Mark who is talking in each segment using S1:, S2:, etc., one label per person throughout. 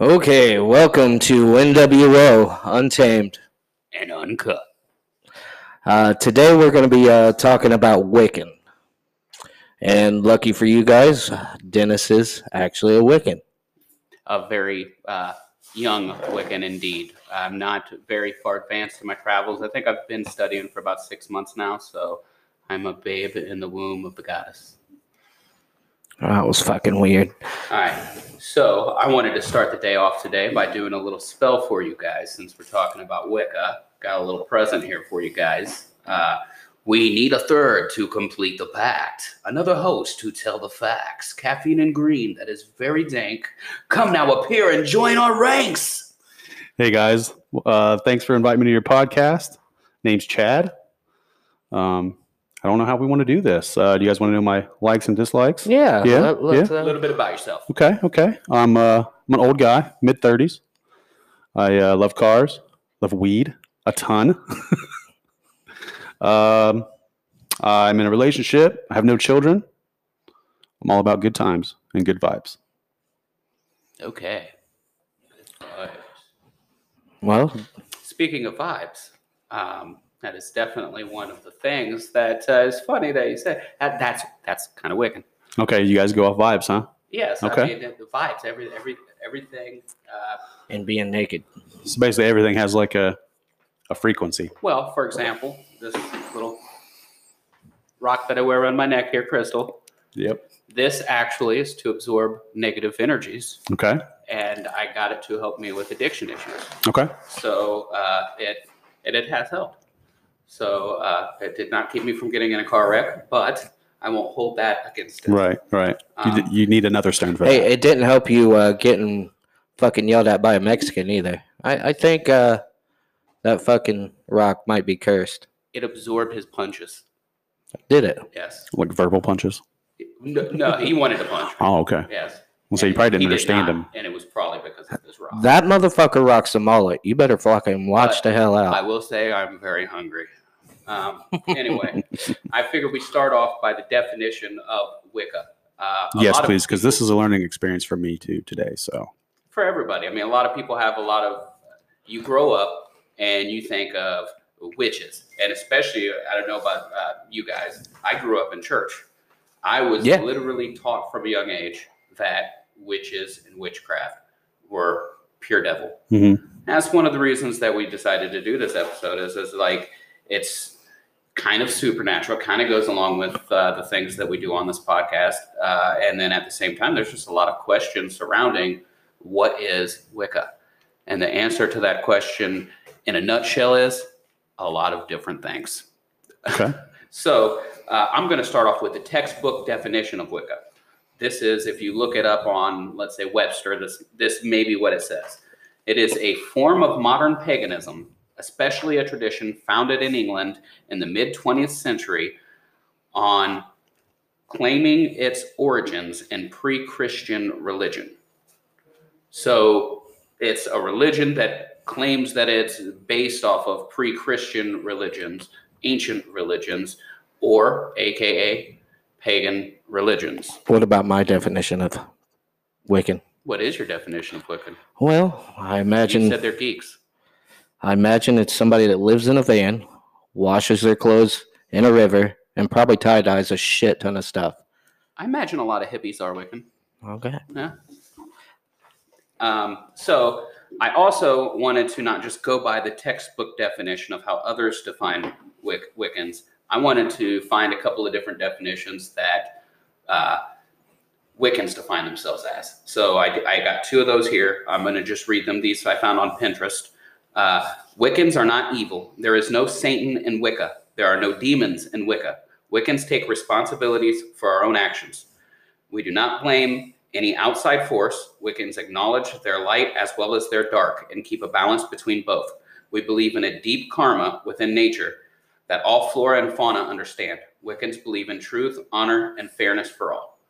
S1: Okay, welcome to NWO Untamed.
S2: and uncut.
S1: Uh, today we're going to be uh, talking about Wiccan. And lucky for you guys, Dennis is actually a Wiccan.
S2: A very uh, young Wiccan indeed. I'm not very far advanced in my travels. I think I've been studying for about six months now, so I'm a babe in the womb of the goddess.
S1: Oh, That was fucking weird.
S2: All right, so I wanted to start the day off today by doing a little spell for you guys since we're talking about Wicca. Got a little present here for you guys. Uh, we need a third to complete the pact, another host to tell the facts. Caffeine and green, that is very dank. Come now, appear and join our ranks.
S3: Hey guys, uh, thanks for inviting me to your podcast. Name's Chad. Um, I don't know how we want to do this. Uh, do you guys want to know my likes and dislikes?
S1: Yeah.
S3: Yeah,
S1: let- let's,
S2: a
S1: uh,
S2: little bit about yourself.
S3: Okay, okay. I'm uh, I'm an old guy, mid thirties. I uh, love cars, love weed a ton. um, I'm in a relationship. I have no children. I'm all about good times and good vibes.
S2: Okay.
S1: well,
S2: Speaking of vibes, um, that is definitely one of the things that uh, is funny that you said. That, that's that's kind of Wiccan.
S3: Okay, you guys go off vibes, huh?
S2: Yes. I
S3: Okay.
S2: mean, the, the vibes, every every everything. Uh,
S1: and being naked.
S3: So basically, everything has like a a frequency.
S2: well, for example, this little rock that I wear around my neck here, crystal.
S3: Yep.
S2: This actually is to absorb negative energies,
S3: Okay.
S2: and I got it to help me with addiction issues.
S3: Okay.
S2: So uh, it and it has helped. So uh, it did not keep me from getting in a car wreck, but I won't hold that against it.
S3: Right, right. You, d-
S2: Um,
S3: you need another stone for
S1: Hey,
S3: that.
S1: it didn't help you uh, getting fucking yelled at by a Mexican either. I, I think uh, that fucking rock might be cursed.
S2: It absorbed his punches.
S1: Did it?
S2: Yes.
S3: Like verbal punches.
S2: No, no he wanted to punch. me.
S3: Oh, okay.
S2: Yes.
S3: Well, so you
S2: And
S3: probably didn't
S2: he did
S3: understand
S2: not,
S3: him.
S2: and it was probably because of this rock.
S1: That motherfucker rocks a mullet. You better fucking watch
S2: But
S1: the hell
S2: I
S1: out.
S2: will say I'm very hungry. Um, anyway, I figure we start off by the definition of Wicca. Uh, a
S3: Yes,
S2: lot of
S3: please, because this is a learning experience for me too today. So,
S2: for everybody. I mean, a lot of people have a lot of. uh, You grow up and you think of witches, and especially I don't know about uh, you guys. I grew up in church. I was
S1: Yeah.
S2: literally taught from a young age that witches and witchcraft were pure devil.
S3: Mhm.
S2: That's one of the reasons that we decided to do this episode. Is is like it's kind of supernatural, kind of goes along with uh, the things that we do on this podcast. Uh, and then at the same time, there's just a lot of questions surrounding what is Wicca? And the answer to that question in a nutshell is a lot of different things.
S3: okay.
S2: So uh, I'm going to start off with the textbook definition of Wicca. This is, if you look it up on, let's say, Webster, this, this may be what it says. It is a form of modern paganism, especially a tradition founded in England in the mid 20th century on claiming its origins in pre Christian religion. So it's a religion that claims that it's based off of pre Christian religions, ancient religions, or AKA pagan religions.
S1: What about my definition of Wiccan?
S2: What is your definition of Wiccan?
S1: Well, I
S2: You
S1: imagine
S2: said they're geeks.
S1: I imagine it's somebody that lives in a van, washes their clothes in a river, and probably tie dyes a shit ton of stuff.
S2: I imagine a lot of hippies are Wiccan.
S1: Okay.
S2: Yeah. Um, so I also wanted to not just go by the textbook definition of how others define Wic- Wiccans. I wanted to find a couple of different definitions that uh, Wiccans define themselves as. So I, I got two of those here. I'm going to just read them. These I found on Pinterest. Uh, Wiccans are not evil. There is no Satan in Wicca. There are no demons in Wicca. Wiccans take responsibilities for our own actions. We do not blame any outside force. Wiccans acknowledge their light as well as their dark and keep a balance between both. We believe in a deep karma within nature that all flora and fauna understand. Wiccans believe in truth, honor, and fairness for all.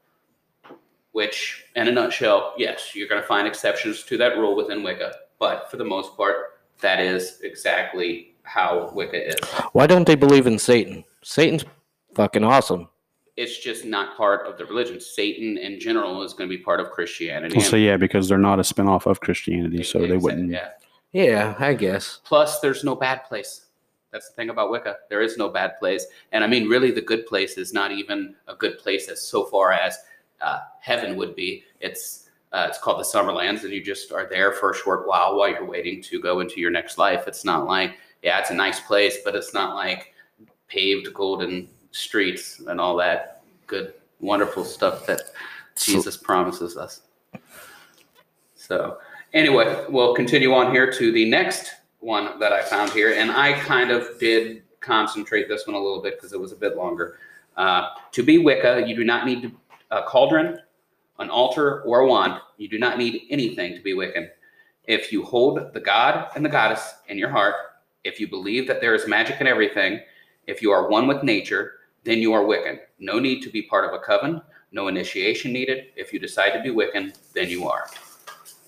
S2: Which, in a nutshell, yes, you're going to find exceptions to that rule within Wicca, but for the most part, that is exactly how Wicca is.
S1: Why don't they believe in Satan? Satan's fucking awesome.
S2: It's just not part of the religion. Satan in general is going to be part of Christianity.
S3: Well, so yeah, because they're not a spinoff of Christianity,
S2: And-
S3: so they
S2: exa-
S3: wouldn't.
S2: Yeah.
S1: Yeah, I guess.
S2: Plus, there's no bad place. That's the thing about Wicca. There is no bad place. And I mean, really, the good place is not even a good place as so far as uh, heaven would be. It's uh, it's called the Summerlands, and you just are there for a short while while you're waiting to go into your next life. It's not like, yeah, it's a nice place, but it's not like paved golden streets and all that good, wonderful stuff that Jesus promises us. So, anyway, we'll continue on here to the next one that I found here. And I kind of did concentrate this one a little bit because it was a bit longer. Uh, to be Wicca, you do not need a cauldron, an altar, or a wand. You do not need anything to be Wiccan. If you hold the god and the goddess in your heart, if you believe that there is magic in everything, if you are one with nature, then you are Wiccan. No need to be part of a coven, no initiation needed. If you decide to be Wiccan, then you are.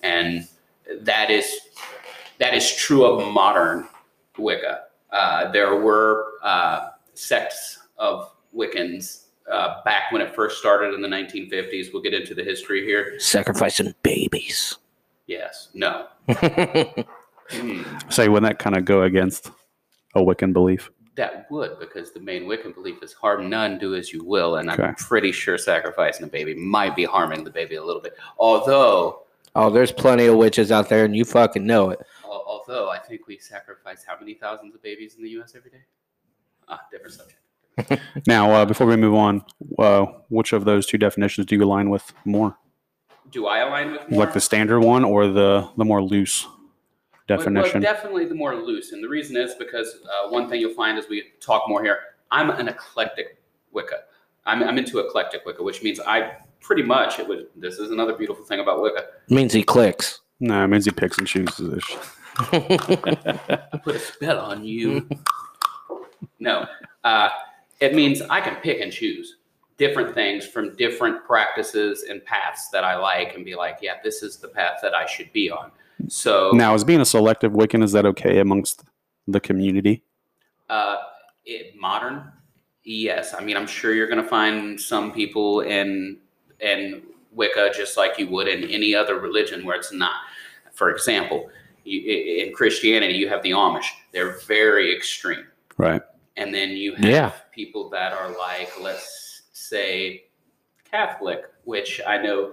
S2: And that is that is true of modern Wicca. Uh, there were uh, sects of Wiccans uh, back when it first started in the 1950s. We'll get into the history here.
S1: Sacrificing babies.
S2: Yes, no. Hmm.
S3: Say, wouldn't that kind of go against a Wiccan belief?
S2: That would, because the main Wiccan belief is harm none, do as you will. And
S3: Okay.
S2: I'm pretty sure sacrificing a baby might be harming the baby a little bit. Although,
S1: oh, there's plenty of witches out there, and you fucking know it.
S2: al- although I think we sacrifice how many thousands of babies in the U.S. every day? Ah, different subject.
S3: Now, uh, before we move on, uh, which of those two definitions do you align with more?
S2: Do I align with more?
S3: Like the standard one or the the more loose
S2: Well- well,
S3: definition?
S2: definitely the more loose, and the reason is because uh, one thing you'll find as we talk more here, I'm an eclectic Wicca. I'm, I'm into eclectic Wicca, which means I pretty much it was. This is another beautiful thing about Wicca.
S1: Means he clicks.
S3: no, it means he picks and chooses. this.
S2: I put a spell on you. no, uh, it means I can pick and choose different things from different practices and paths that I like, and be like, yeah, this is the path that I should be on. So
S3: Now, is being a selective Wiccan is that okay amongst the community?
S2: Uh, it, modern, yes. I mean, I'm sure you're going to find some people in in Wicca just like you would in any other religion where it's not. For example, you, i- in Christianity, you have the Amish; they're very extreme,
S3: Right.
S2: and then you have
S1: Yeah.
S2: people that are like, let's say, Catholic, which I know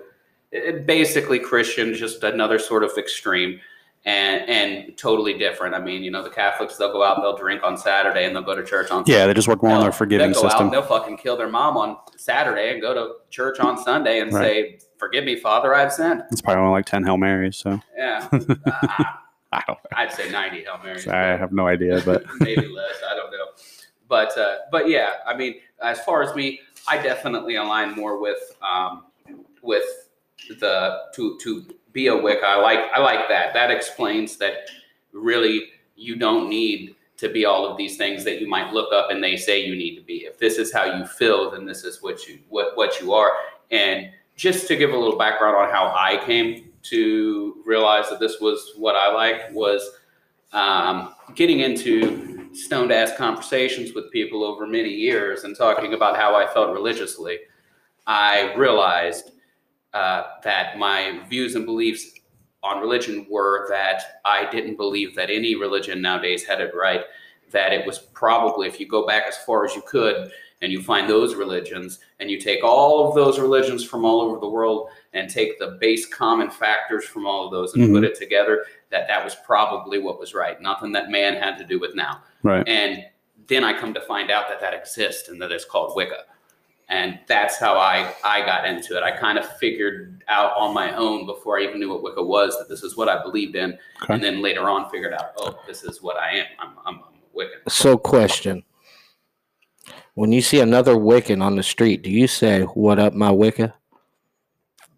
S2: i- basically Christian, just another sort of extreme and and totally different. I mean, you know, the Catholics they'll go out, they'll drink on Saturday, and they'll go to church on
S3: Yeah, they just work more on
S2: They'll-
S3: their forgiving
S2: they'll go Out,
S3: system.
S2: and they'll fucking kill their mom on Saturday and go to church on Sunday and
S3: Right.
S2: say, "Forgive me, Father, I've sinned."
S3: It's probably only like ten Hail Marys, so
S2: Yeah, Uh,
S3: I don't.
S2: I'd say ninety Hail Marys.
S3: I have no idea, but
S2: maybe less. I don't know. But uh, but yeah, I mean, as far as me, I definitely align more with um, with the to to be a Wicca. I like I like that. That explains that really you don't need to be all of these things that you might look up and they say you need to be. If this is how you feel, then this is what you what what you are. And just to give a little background on how I came to realize that this was what I liked was um, getting into stoned ass conversations with people over many years and talking about how I felt religiously, I realized uh, that my views and beliefs on religion were that I didn't believe that any religion nowadays had it right. That it was probably, if you go back as far as you could and you find those religions and you take all of those religions from all over the world and take the base common factors from all of those and
S3: Mhm.
S2: put it together, that that was probably what was right. Nothing that man had to do with now.
S3: right.
S2: And then I come to find out that that exists and that it's called Wicca. And that's how I, I got into it. I kind of figured out on my own before I even knew what Wicca was that this is what I believed in.
S3: Okay.
S2: And then later on figured out, oh, this is what I am. I'm, I'm, I'm Wiccan.
S1: So, question. When you see another Wiccan on the street, do you say, What up, my Wicca?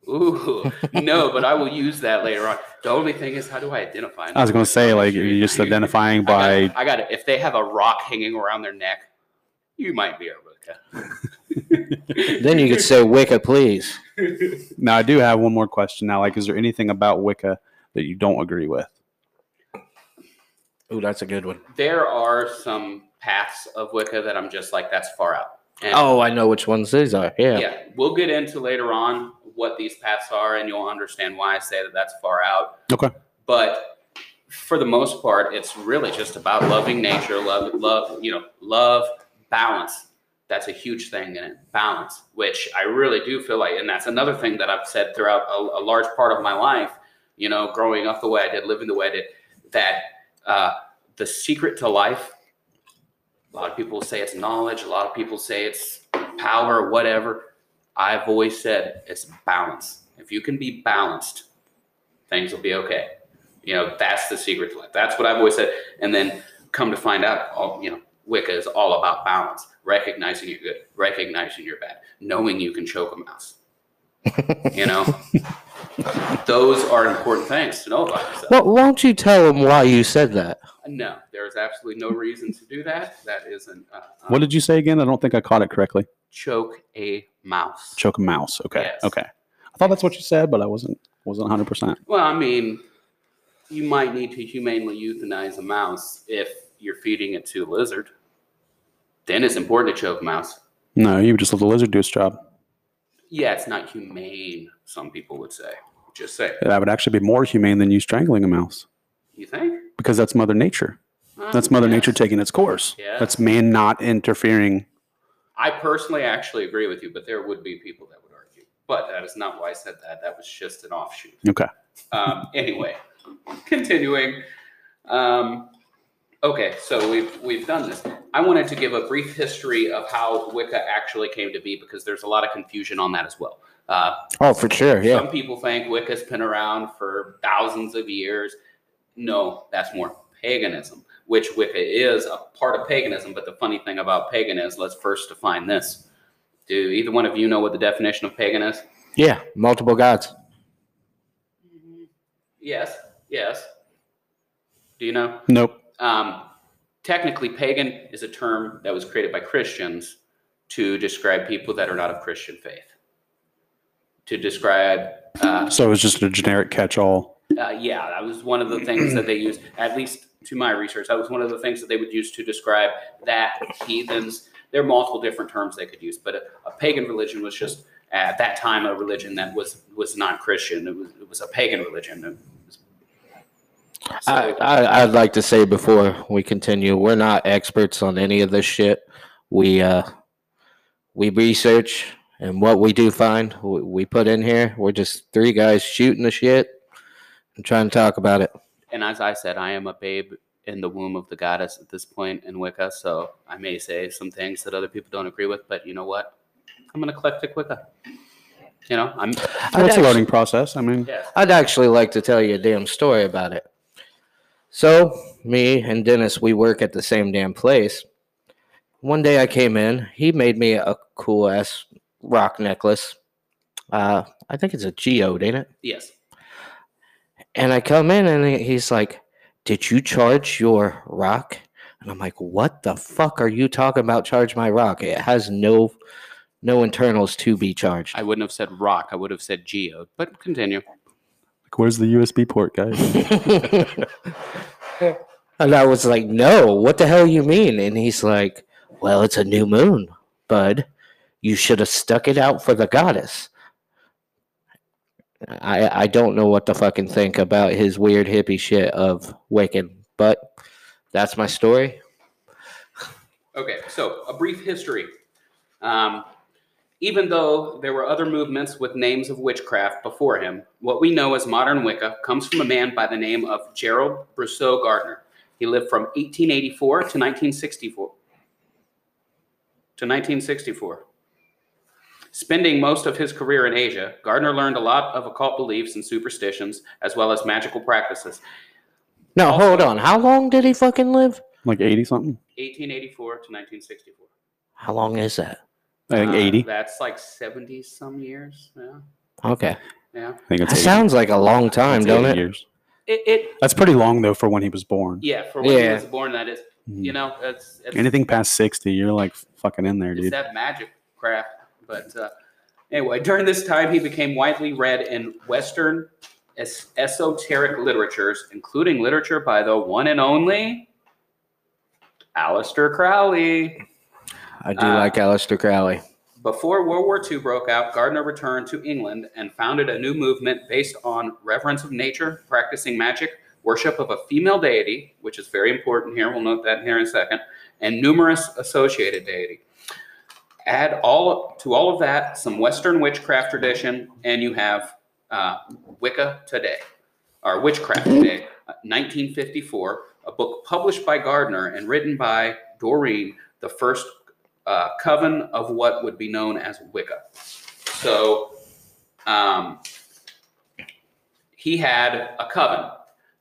S2: Ooh, no, but I will use that later on. The only thing is, how do I identify?
S3: I was gonna say like you're just identifying
S2: I
S3: by
S2: got, I got it. If they have a rock hanging around their neck, you might be a Wicca.
S1: Then you could say, Wicca, please.
S3: now. I do have one more question now. Like, is there anything about Wicca that you don't agree with?
S1: Ooh, that's a good one.
S2: there are some paths of Wicca that I'm just like, that's far out. And,
S1: Oh, I know which ones these are. Yeah.
S2: yeah, we'll get into later on what these paths are, and you'll understand why I say that that's far out.
S3: Okay.
S2: But for the most part, it's really just about loving nature, love, love, you know, love, balance. That's a huge thing in it, balance, which I really do feel like, and that's another thing that I've said throughout a, a large part of my life. You know, growing up the way I did, living the way I did, that uh, the secret to life. A lot of people say it's knowledge. A lot of people say it's power, whatever. I've always said it's balance. If you can be balanced, things will be okay. You know, that's the secret to life. That's what I've always said. And then come to find out, all, you know, Wicca is all about balance, recognizing you're good, recognizing you're bad, knowing you can choke a mouse. you know, those are important things to know about yourself.
S1: Well, won't you tell them why you said that?
S2: No, there is absolutely no reason to do that. That isn't. Uh, um,
S3: What did you say again? I don't think I caught it correctly.
S2: choke a mouse?
S3: Choke a mouse. Okay.
S2: Yes.
S3: Okay. I thought that's what you said, but I wasn't wasn't 100. percent
S2: Well, I mean, you might need to humanely euthanize a mouse if you're feeding it to a lizard. Then it's important to choke a mouse.
S3: No, you just let the lizard do its job.
S2: Yeah, it's not humane. Some people would say. Just say.
S3: That would actually be more humane than you strangling a mouse
S2: You think?
S3: because that's Mother Nature.
S2: Uh,
S3: That's Mother
S2: yes.
S3: Nature taking its course.
S2: Yes.
S3: That's man not interfering.
S2: I personally actually agree with you, but there would be people that would argue. But that is not why I said that. That was just an offshoot.
S3: Okay.
S2: Um, anyway, continuing. Um, okay, so we've we've done this. I wanted to give a brief history of how Wicca actually came to be because there's a lot of confusion on that as well. Uh,
S1: Oh, for sure. Yeah.
S2: Some people think Wicca's been around for thousands of years. No, that's more paganism, which Wicca is a part of paganism. But the funny thing about pagan is, let's first define this. Do either one of you know what the definition of pagan is?
S1: Yeah. Multiple gods.
S2: Yes, yes. Do you know?
S3: Nope.
S2: um, technically pagan is a term that was created by christians to describe people that are not of christian faith to describe uh,
S3: So it was just a generic catch-all.
S2: uh, yeah that was one of the things that they used at least to my research that was one of the things that they would use to describe that heathens there are multiple different terms they could use but a, a pagan religion was just at that time a religion that was was not christian it was, it was a pagan religion It was- so-
S1: I, I, I'd like to say before we continue, we're not experts on any of this shit. We uh, we research, and what we do find, we, we put in here. We're just three guys shooting the shit and trying to talk about it.
S2: and as I said, I am a babe in the womb of the goddess at this point in Wicca, so I may say some things that other people don't agree with, but you know what? I'm an eclectic Wicca. You know, I'm
S3: Well, it's a
S1: actu-
S3: learning process. I mean,
S2: yes.
S1: I'd actually like to tell you a damn story about it. So, me and Dennis, we work at the same damn place. One day I came in, he made me a cool ass rock necklace. Uh, I think it's a geode, ain't it?
S2: yes.
S1: And I come in and he- he's like, Did you charge your rock? And I'm like, What the fuck are you talking about? Charge my rock. It has no no internals to be charged.
S2: I wouldn't have said rock, I would have said geode, but continue.
S3: like, where's the USB port, guys?
S1: and I was like, No, what the hell you mean? And he's like, Well, it's a new moon, bud. You should have stuck it out for the goddess. I, I don't know what to fucking think about his weird hippie shit of Wiccan, but that's my story.
S2: Okay, so a brief history. Um, even though there were other movements with names of witchcraft before him, what we know as modern Wicca comes from a man by the name of Gerald Brousseau Gardner. He lived from 1884 to 1964. To 1964. Spending most of his career in Asia, Gardner learned a lot of occult beliefs and superstitions, as well as magical practices.
S1: Now
S2: Also-
S1: hold on. How long did he fucking live?
S3: Like 80 something?
S2: 1884 to 1964.
S1: How long is that?
S3: I think
S2: Uh,
S3: 80.
S2: That's like 70 some years. Yeah.
S1: Okay,
S2: Yeah.
S3: I think
S1: that
S3: it's 80.
S1: sounds like a long time,
S3: It's
S1: don't
S3: 80
S1: it?
S3: Years.
S2: It, it
S3: That's pretty long though for when he was born.
S2: yeah, for when he
S1: Yeah.
S2: was born, that is,
S3: Mhm.
S2: you know, that's, that's
S3: Anything past 60, you're like fucking in there,
S2: it's
S3: dude.
S2: that magic craft. But uh, anyway, during this time, he became widely read in Western es- esoteric literatures, including literature by the one and only Aleister Crowley.
S1: I do
S2: Uh,
S1: like Aleister Crowley.
S2: Before World War II broke out, Gardner returned to England and founded a new movement based on reverence of nature, practicing magic, worship of a female deity, which is very important here. We'll note that here in a second, and numerous associated deity. Add all to all of that some Western witchcraft tradition, and you have uh, Wicca today, or Witchcraft Today, uh, 1954, a book published by Gardner and written by Doreen, the first uh, coven of what would be known as Wicca. So um, he had a coven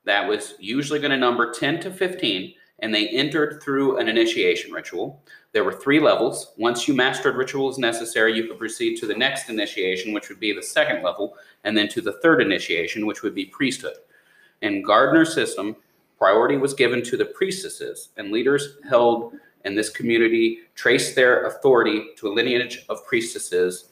S2: that was usually going to number 10 to 15, and they entered through an initiation ritual. There were three levels. Once you mastered rituals necessary, you could proceed to the next initiation, which would be the second level, and then to the third initiation, which would be priesthood. In Gardner's system, priority was given to the priestesses, and leaders held and this community traced their authority to a lineage of priestesses.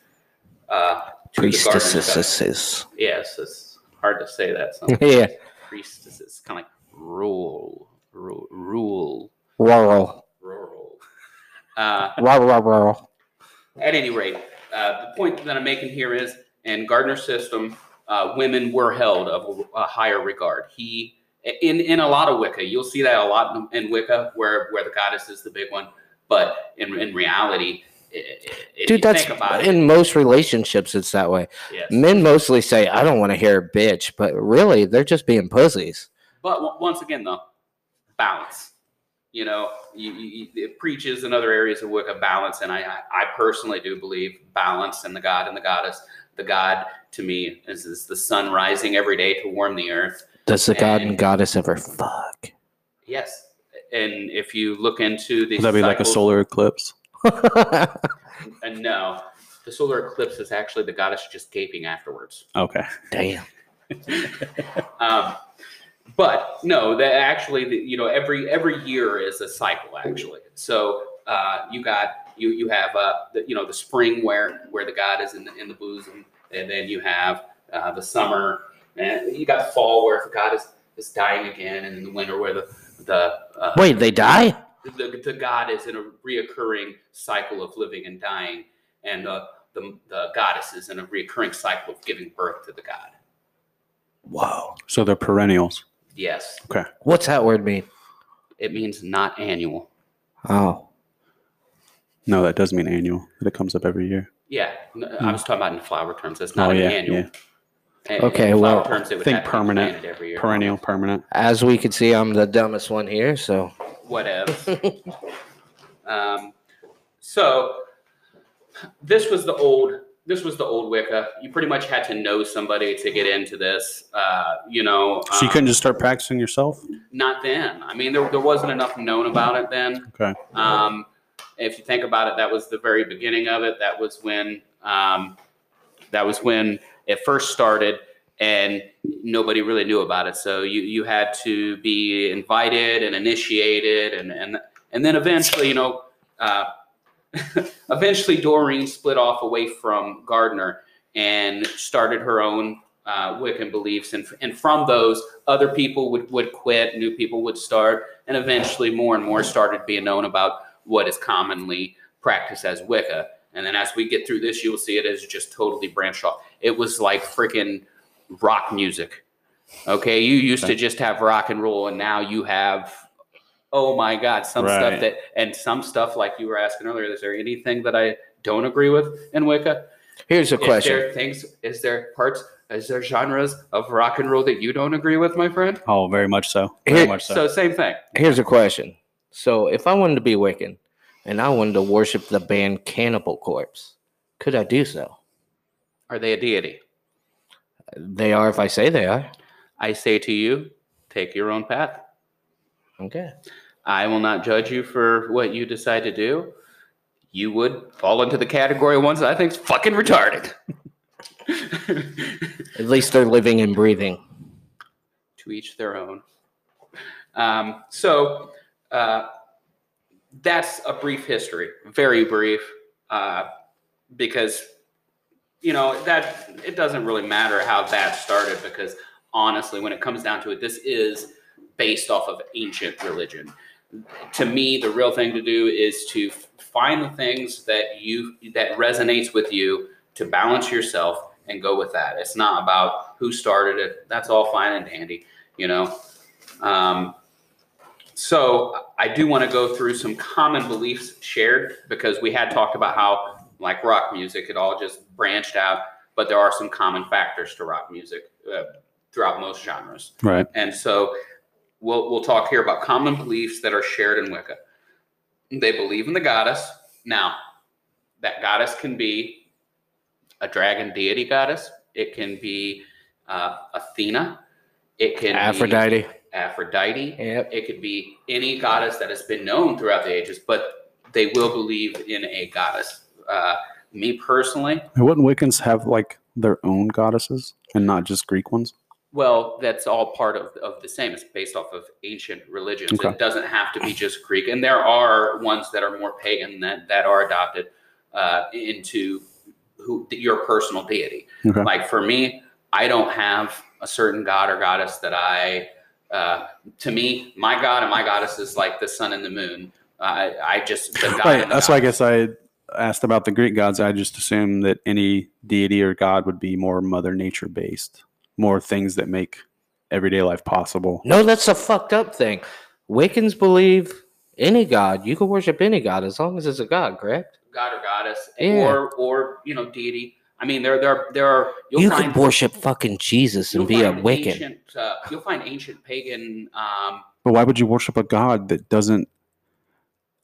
S2: Uh, to the Garden of Covenant.
S1: Priestesses.
S2: Yes, it's hard to say that. Sometimes.
S1: yeah.
S2: Priestesses, kind of like rule, rule, rule,
S1: Rural.
S2: rural. Uh,
S1: Rural, rural, rural.
S2: at any rate, uh, the point that I'm making here is in Gardner's system, uh, women were held of a, a higher regard. He in in a lot of Wicca, you'll see that a lot in, in Wicca, where where the goddess is the big one, but in in reality, i- i- if
S1: Dude,
S2: you
S1: that's
S2: think about it,
S1: in most relationships, it's that way.
S2: yes.
S1: Men mostly say, I don't want to hear bitch, but really, they're just being pussies.
S2: But w- once again, though, balance. You know, you, you, you- it preaches in other areas of Wicca balance, and I, I, I personally do believe balance in the God and the Goddess. The God to me is, is the sun rising every day to warm the earth.
S1: Does the god
S2: And-
S1: and goddess ever fuck?
S2: Yes, and if you look into the
S3: Would that be like a
S2: cycles-
S3: solar eclipse?
S2: uh, no, the solar eclipse is actually the Goddess just gaping afterwards.
S3: Okay.
S1: Damn.
S2: um, but no, that actually, the, you know, every every year is a cycle actually. So uh, you got you you have uh, the, you know the spring where where the god is in the, in the bosom, and then you have uh, the summer, and you got fall where the god is is dying again, and the winter where the the uh,
S1: Wait, they die?
S2: the, the god is in a reoccurring cycle of living and dying, and uh, the the goddess is in a reoccurring cycle of giving birth to the god.
S1: Whoa.
S3: So they're perennials.
S2: Yes,
S1: What's that word mean?
S2: it means not annual.
S1: Oh.
S3: No, that does mean annual. That it comes up every year.
S2: Yeah, n- I was talking about in flower terms. That's
S3: Hmm. Oh,
S2: not an
S3: yeah,
S2: annual.
S3: yeah.
S2: And
S1: Okay,
S2: in flower
S1: well,
S2: terms, it would
S3: think
S2: have to be
S3: permanent,
S2: planted every year.
S3: Perennial, permanent.
S1: As we can see, I'm the dumbest one here, so.
S2: Whatever. um, so this was the old. This was the old Wicca. You pretty much had to know somebody to get into this. Uh, you know,
S3: So you
S2: um,
S3: couldn't just start practicing yourself?
S2: not then. I mean, there, there wasn't enough known about it then.
S3: Okay.
S2: Um, if you think about it, that was the very beginning of it. That was when um, that was when it first started, and nobody really knew about it. So you you had to be invited and initiated, and and and then eventually, you know, uh, eventually Doreen split off away from Gardner and started her own. Uh, Wiccan beliefs, and and from those, other people would would quit, new people would start, and eventually more and more started being known about what is commonly practiced as Wicca. And then as we get through this, you'll see it as just totally branched off. It was like freaking rock music. Okay, you used to just have rock and roll, and now you have oh my god, some
S3: Right.
S2: stuff that and some stuff like you were asking earlier. Is there anything that I don't agree with in Wicca?
S1: Here's a
S2: Is
S1: question.
S2: there things? Is there parts? Is there genres of rock and roll that you don't agree with, my friend?
S3: Oh, very much so. Very
S1: Here-
S3: much so.
S2: So same thing.
S1: Here's a question. So, if I wanted to be Wiccan and I wanted to worship the band Cannibal Corpse, could I do so?
S2: Are they a deity?
S1: They are if I say they are.
S2: I say to you, take your own path.
S1: Okay.
S2: I will not judge you for what you decide to do. You would fall into the category of ones that I think is fucking retarded.
S1: At least they're living and breathing.
S2: to each their own. Um, so uh, that's a brief history, very brief, uh, because you know that it doesn't really matter how that started. Because honestly, when it comes down to it, this is based off of ancient religion. to me, the real thing to do is to find the things that you that resonates with you to balance yourself and go with that. It's not about who started it. That's all fine and dandy, you know. Um, so I do want to go through some common beliefs shared because we had talked about how, like rock music, it all just branched out, but there are some common factors to rock music uh, throughout most genres.
S3: Right.
S2: And so we'll we'll talk here about common beliefs that are shared in Wicca. They believe in the goddess. Now, that goddess can be a dragon deity goddess. It can be uh, Athena. It can
S1: Aphrodite.
S2: be Aphrodite.
S1: Yep.
S2: It could be any goddess that has been known throughout the ages, but they will believe in a goddess. Uh, me personally,
S3: And wouldn't Wiccans have like their own goddesses and not just Greek ones?
S2: Well, that's all part of, of the same. It's based off of ancient religions.
S3: Okay.
S2: It doesn't have to be just Greek. And there are ones that are more pagan that, that are adopted uh, into who your personal deity.
S3: Okay.
S2: Like for me, I don't have a certain god or goddess that I, uh, to me, my god and my goddess is like the sun and the moon. Uh, I just, the god
S3: Right.
S2: and the
S3: That's why I
S2: goddess.
S3: guess I asked about the Greek gods. I just assumed that any deity or god would be more Mother Nature based, more things that make everyday life possible.
S1: No, that's a fucked up thing. Wiccans believe any god. You can worship any god as long as it's a god, correct?
S2: god or goddess
S1: Yeah.
S2: or, or, you know, deity. I mean, there, there, there are, you'll
S1: you
S2: find
S1: can worship fucking Jesus and be a
S2: find
S1: Wiccan.
S2: Ancient, uh, you'll find ancient pagan. Um,
S3: But why would you worship a god that doesn't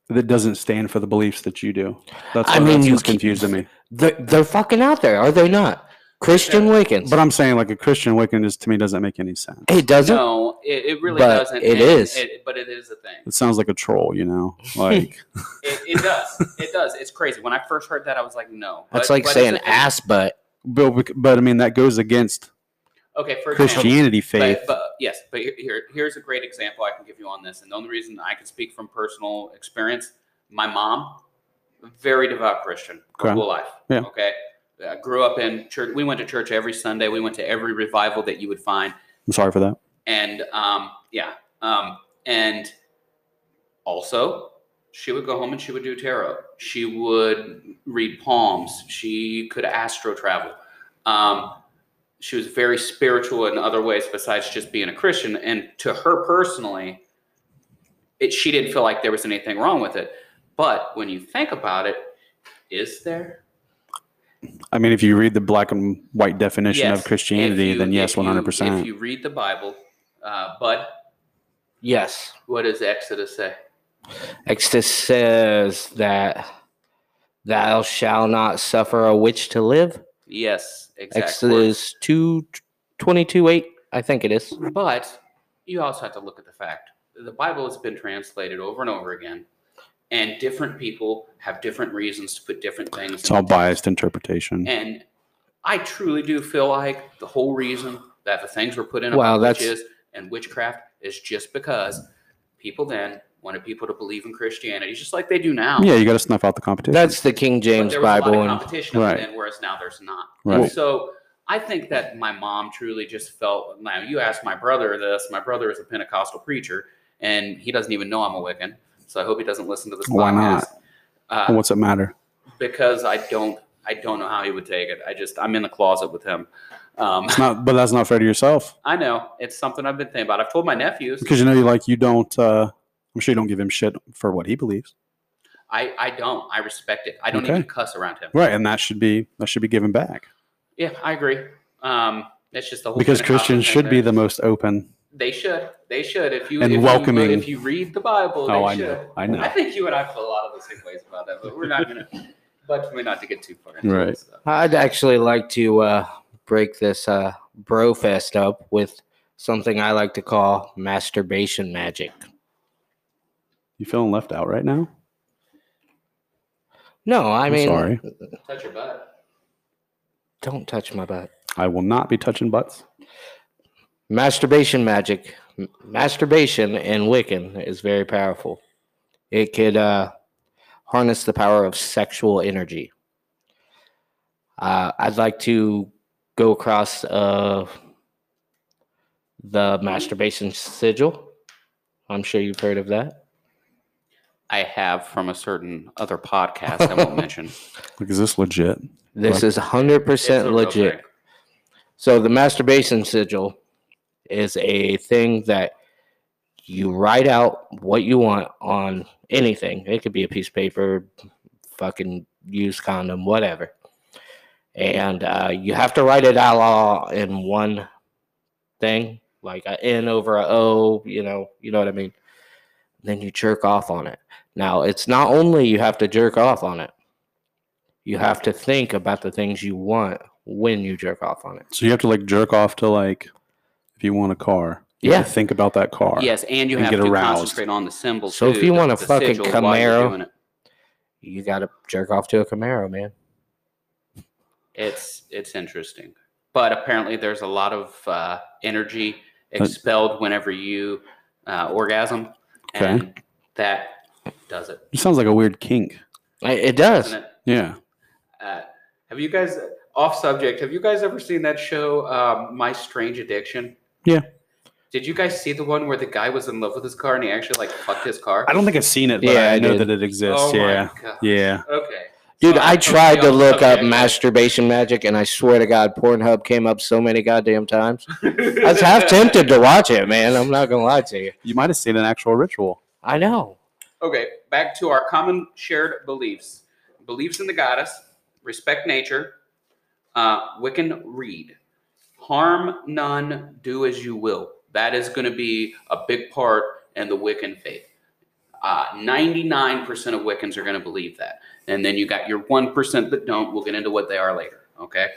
S3: that doesn't stand for the beliefs that you do? That's
S1: I
S3: what,
S1: mean,
S3: that's
S1: you
S3: what's
S1: can-
S3: confusing me.
S1: They're, they're fucking out there, are they not? Christian Wiccans.
S3: But I'm saying like a Christian Wiccan just to me doesn't make any sense.
S1: it doesn't.
S2: no, it, it really
S1: But
S2: doesn't.
S1: it
S2: and
S1: is.
S2: It, but it is a thing.
S3: It sounds like a troll, you know. Like
S2: It, it does. it does. It's crazy. When I first heard that, I was like, no.
S1: That's
S2: But-
S1: like
S2: but it's
S1: saying
S2: a thing.
S1: ass butt.
S3: but we- but I mean that goes against
S2: Okay, for example,
S3: Christianity faith.
S2: But, but yes, but here, here, here's a great example I can give you on this. And the only reason I can speak from personal experience, my mom, very devout Christian her
S3: Okay.
S2: whole life.
S3: Yeah.
S2: Okay. I grew up in church. We went to church every Sunday. We went to every revival that you would find.
S3: I'm sorry for that.
S2: and um, yeah, um, and also she would go home and she would do tarot. She would read palms. She could astro travel. Um, she was very spiritual in other ways besides just being a Christian. And to her personally, it she didn't feel like there was anything wrong with it. But when you think about it, is there?
S3: I mean, if you read the black and white definition
S2: Yes.
S3: of Christianity,
S2: If you-
S3: then yes,
S2: if you-
S3: one hundred
S2: If
S3: percent.
S2: you read the Bible, uh, but
S1: Yes.
S2: what does Exodus say?
S1: Exodus says that thou shalt not suffer a witch to live.
S2: Yes, exactly.
S1: Exodus 2 22 8, I think it is.
S2: But you also have to look at the fact the Bible has been translated over and over again, and different people have different reasons to put different things.
S3: It's
S2: in
S3: all
S2: the text.
S3: biased interpretation.
S2: And I truly do feel like the whole reason that the things were put in
S1: Wow,
S2: about
S1: that's-
S2: witches and witchcraft is just because people then wanted people to believe in Christianity, just like they do now.
S3: Yeah, you got to snuff out the competition.
S1: That's the King
S2: But
S1: James
S2: there was a
S1: Bible.
S2: lot of
S1: And
S2: competition up
S3: Right.
S2: then, whereas now there's not.
S3: Right.
S2: So I think that my mom truly just felt. Now you asked my brother this. My brother is a Pentecostal preacher, and he doesn't even know I'm a Wiccan. So I hope he doesn't listen to this
S3: Why not?
S2: podcast. Uh,
S3: And what's it matter?
S2: because I don't. I don't know how he would take it. I just. I'm in the closet with him. Um,
S3: It's not, but that's not fair to yourself
S2: I know it's something I've been thinking about. I've told my nephews.
S3: because you know you like you don't. uh I'm sure you don't give him shit for what he believes,
S2: I. I don't. I respect it. I don't
S3: Okay.
S2: even cuss around him.
S3: right? And that should be that should be given back
S2: Yeah, I agree. Um, that's just the whole
S3: because
S2: Pentecostal
S3: Christians
S2: thing
S3: should be
S2: there.
S3: the most open.
S2: They should. They should. If you
S3: And
S2: if you-
S3: welcoming.
S2: if you read the Bible, they
S3: Oh, I
S2: should.
S3: know, I
S2: I
S3: know.
S2: think you and I feel a lot of the same ways about that, but we're not gonna. but we're not to get too far. Into
S3: Right.
S2: this stuff.
S1: I'd actually like to uh, break this uh, bro fest up with something I like to call masturbation magic.
S3: You feeling left out right now?
S1: No, I
S3: I'm
S1: mean,
S3: sorry,
S2: Touch your butt.
S1: don't touch my butt.
S3: I will not be touching butts.
S1: Masturbation magic. M- Masturbation in Wiccan is very powerful. It could uh, harness the power of sexual energy. Uh, I'd like to go across uh, the masturbation sigil. I'm sure you've heard of that.
S2: I have from a certain other podcast I won't mention.
S3: Like, is this legit?
S1: This is hundred
S2: It's a
S1: percent
S2: real
S1: legit.
S2: thing.
S1: So the masturbation sigil is a thing that you write out what you want on anything. It could be a piece of paper, fucking used condom, whatever. And uh, you have to write it out all in one thing, like a N over a O. You know, you know what I mean. Then you jerk off on it. Now it's not only you have to jerk off on it. You have to think about the things you want when you jerk off on it.
S3: So you have to like jerk off to like, if you want a car, you have to
S1: Yeah.
S3: think about that car.
S2: Yes, and you
S3: And
S2: have
S3: get
S2: to
S3: aroused.
S2: concentrate on the symbols.
S1: So if
S2: too,
S1: you
S2: the-
S1: want a
S2: the
S1: fucking
S2: sigil while you're
S1: Camaro-
S2: doing it.
S1: you got to jerk off to a Camaro, man.
S2: it's it's interesting. But apparently, there's a lot of uh, energy expelled whenever you uh, orgasm,
S3: Okay.
S2: and that does it.
S3: It sounds like a weird kink.
S1: I- It does.
S2: Doesn't it?
S3: Yeah.
S2: Uh, have you guys off subject? Have you guys ever seen that show, um, My Strange Addiction?
S3: Yeah.
S2: Did you guys see the one where the guy was in love with his car and he actually like fucked his car?
S3: I don't think I've seen it, but
S1: Yeah,
S3: I,
S1: I
S3: know
S1: did.
S3: that it exists.
S2: Oh my
S3: yeah.
S2: God.
S3: Yeah.
S2: Okay.
S1: Dude,
S2: Sorry,
S1: I tried to
S2: totally
S1: look
S2: off
S1: up
S2: subject.
S1: masturbation magic, and I swear to God, Pornhub came up so many goddamn times. I was half tempted to watch it, man. I'm not gonna lie to you.
S3: You might have seen an actual ritual.
S1: I know.
S2: Okay, back to our common shared beliefs beliefs in the goddess, respect nature, uh, Wiccan read, harm none, do as you will. That is going to be a big part in the Wiccan faith. Uh, 99% of Wiccans are going to believe that. And then you got your 1% that don't. We'll get into what they are later. Okay.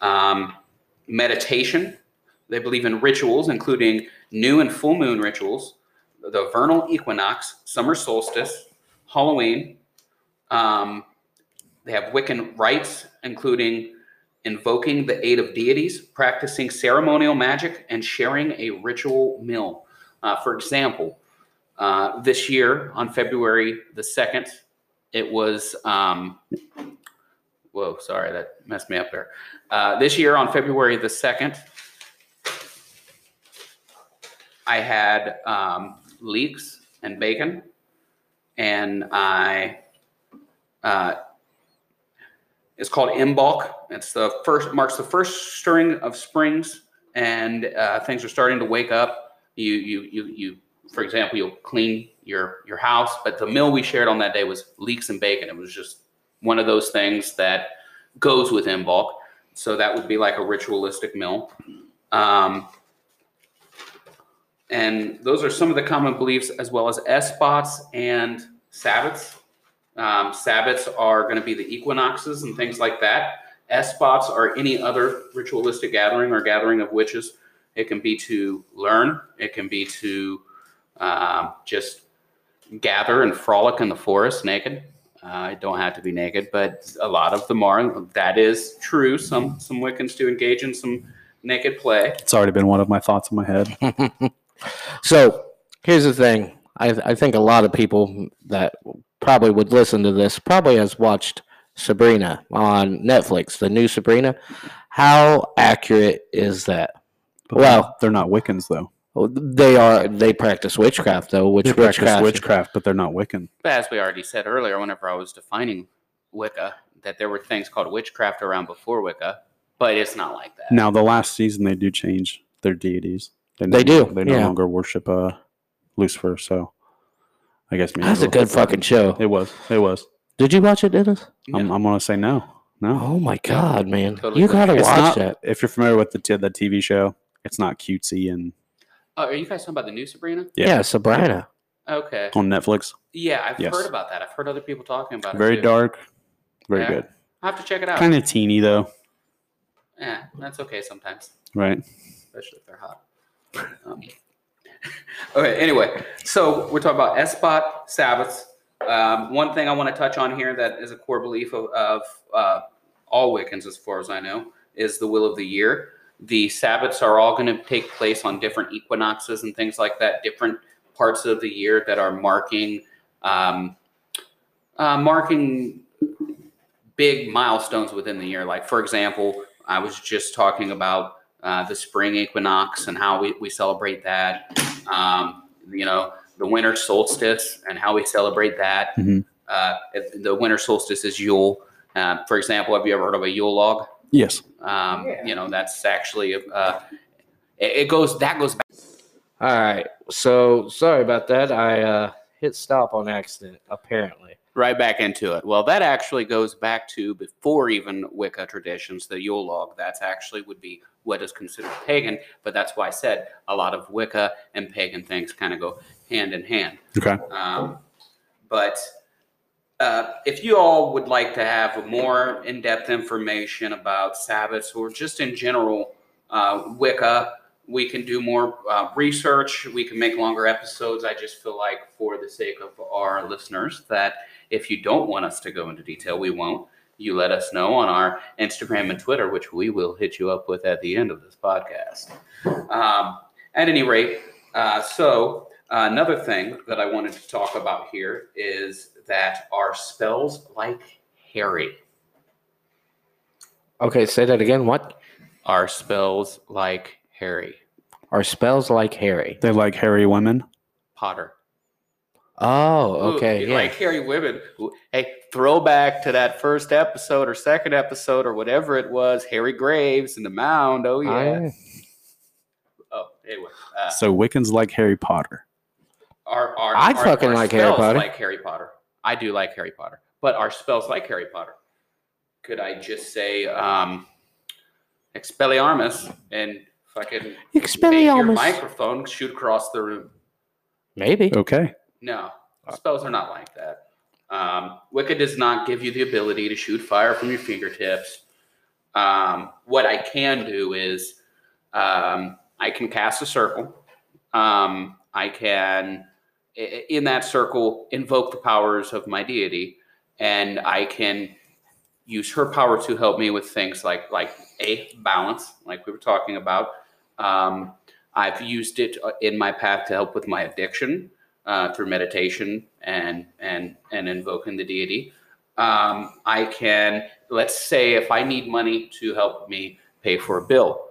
S2: Um, meditation. They believe in rituals, including new and full moon rituals, the vernal equinox, summer solstice, Halloween. Um, they have Wiccan rites, including invoking the aid of deities, practicing ceremonial magic, and sharing a ritual meal. Uh, for example, uh, this year on February the 2nd, it was. Um, whoa, sorry, that messed me up there. Uh, this year on February the 2nd, I had um, leeks and bacon, and I. Uh, it's called Imbolc. It's the first marks the first stirring of springs, and uh, things are starting to wake up. You you you you. For example, you'll clean your your house, but the meal we shared on that day was leeks and bacon. It was just one of those things that goes with Imbolc. So that would be like a ritualistic meal. Um, and those are some of the common beliefs, as well as S-bots and Sabbats. Um, Sabbats are going to be the equinoxes and things like that. S-bots are any other ritualistic gathering or gathering of witches. It can be to learn, it can be to um just gather and frolic in the forest naked. Uh, it don't have to be naked, but a lot of them are. That is true. Some some Wiccans do engage in some naked play.
S3: It's already been one of my thoughts in my head.
S1: So here's the thing. I I think a lot of people that probably would listen to this probably has watched Sabrina on Netflix, the new Sabrina. How accurate is that?
S3: But
S1: Well-
S3: they're not Wiccans, though.
S1: Well, They are they practice witchcraft though, which
S3: They practice
S1: witchcraft,
S3: witchcraft, but they're not Wiccan.
S2: But as we already said earlier, whenever I was defining Wicca, that there were things called witchcraft around before Wicca, but it's not like that.
S3: Now, the last season, they do change their deities. no-
S1: They do,
S3: They no
S1: yeah.
S3: longer worship uh, Lucifer. So, I guess maybe
S1: That's a
S3: it was-
S1: good fucking show.
S3: It was. It was.
S1: Did you watch it, Dennis?
S2: No.
S3: I'm, I'm gonna say no. No.
S1: Oh my god, man!
S2: Totally
S1: you
S2: agree.
S1: gotta
S3: It's
S1: watch
S3: not-
S1: that.
S3: If you're familiar with the t- the TV show, it's not cutesy and
S2: Oh, are you guys talking about the new Sabrina?
S1: Yeah,
S3: Yeah.
S1: Sabrina.
S2: Okay.
S3: on Netflix.
S2: Yeah, I've
S3: Yes.
S2: heard about that. I've heard other people talking about it.
S3: Very
S2: too.
S3: dark. Very
S2: Yeah.
S3: good.
S2: I have to check it out.
S3: Kind of teeny though,
S2: Yeah, that's okay sometimes,
S3: right?
S2: especially if they're hot. Um, okay. Anyway, so we're talking about Espot Sabbaths. Um, one thing I want to touch on here that is a core belief of, of uh, all Wiccans, as far as I know, is the will of the year. The Sabbaths are all going to take place on different equinoxes and things like that, different parts of the year that are marking um, uh, marking big milestones within the year. Like for example, I was just talking about uh, the spring equinox and how we, we celebrate that. Um, you know, the winter solstice and how we celebrate that.
S3: Mhm.
S2: Uh, if the winter solstice is Yule. Uh, for example, have you ever heard of a Yule log?
S3: Yes.
S2: Um,
S1: Yeah.
S2: You know, that's actually uh, it, it goes that goes back.
S1: All right. So sorry about that. I uh, hit stop on accident, apparently.
S2: right back into it. Well, that actually goes back to before even Wicca traditions, the Yule log. That's actually would be what is considered pagan, but that's why I said a lot of Wicca and pagan things kind of go hand in hand.
S3: Okay.
S2: Um, but uh, if you all would like to have more in depth information about Sabbaths or just in general uh, Wicca, we can do more uh, research. We can make longer episodes. I just feel like, for the sake of our listeners, that if you don't want us to go into detail, we won't. You let us know on our Instagram and Twitter, which we will hit you up with at the end of this podcast. Um, at any rate, uh, so another thing that I wanted to talk about here is that are spells like Harry?
S1: Okay, say that again. What
S2: Are spells like Harry
S1: are spells like Harry?
S3: They like hairy women.
S2: Potter?
S1: Oh,
S2: Ooh,
S1: okay.
S2: you
S1: yeah.
S2: Like Harry women. Ooh, Hey, throwback to that first episode or second episode or whatever it was, Harry Graves and the Mound. Oh, yeah.
S1: I-
S2: oh, anyway. Uh,
S3: So Wiccans like Harry Potter.
S2: are, are,
S1: I
S2: are-
S1: fucking
S2: are
S1: like Harry
S2: spells
S1: Potter.
S2: Like Harry Potter. I do like Harry Potter, but are spells like Harry Potter? Could I just say um, Expelliarmus and fucking make your
S1: Expelliarmus.
S2: microphone shoot across the room?
S1: Maybe.
S3: Okay.
S2: No, spells are not like that. Um, Wicca does not give you the ability to shoot fire from your fingertips. Um, what I can do is um, I can cast a circle. Um, I can, i- i- in that circle, invoke the powers of my deity, and I can use her power to help me with things like like a balance, like we were talking about. Um, I've used it uh, in my path to help with my addiction uh, through meditation and and and invoking the deity. Um, I can let's say if I need money to help me pay for a bill,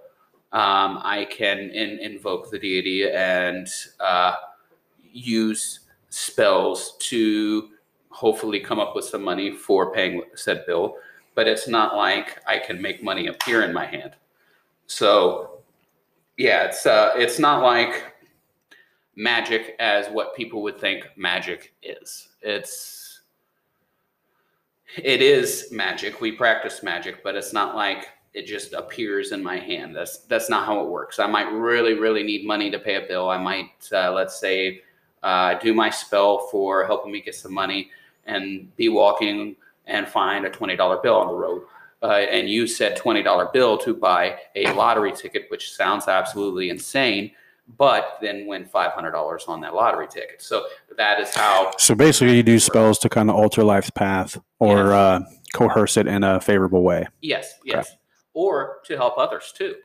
S2: um, I can in, invoke the deity and uh, use spells to hopefully come up with some money for paying said bill. But it's not like I can make money appear in my hand. So yeah, it's uh, it's not like magic as what people would think magic is. It's it is magic. We practice magic, but it's not like it just appears in my hand. That's that's not how it works. I might really really need money to pay a bill. I might uh, let's say uh, do my spell for helping me get some money and be walking and find a twenty dollar bill on the road. Uh, and use said $20 bill to buy a lottery ticket, which sounds absolutely insane, but then win $500 on that lottery ticket. So that is how
S3: So basically, you do spells to kind of alter life's path or
S2: Yes.
S3: uh, coerce it in a favorable way.
S2: Yes, yes. Or to help others too.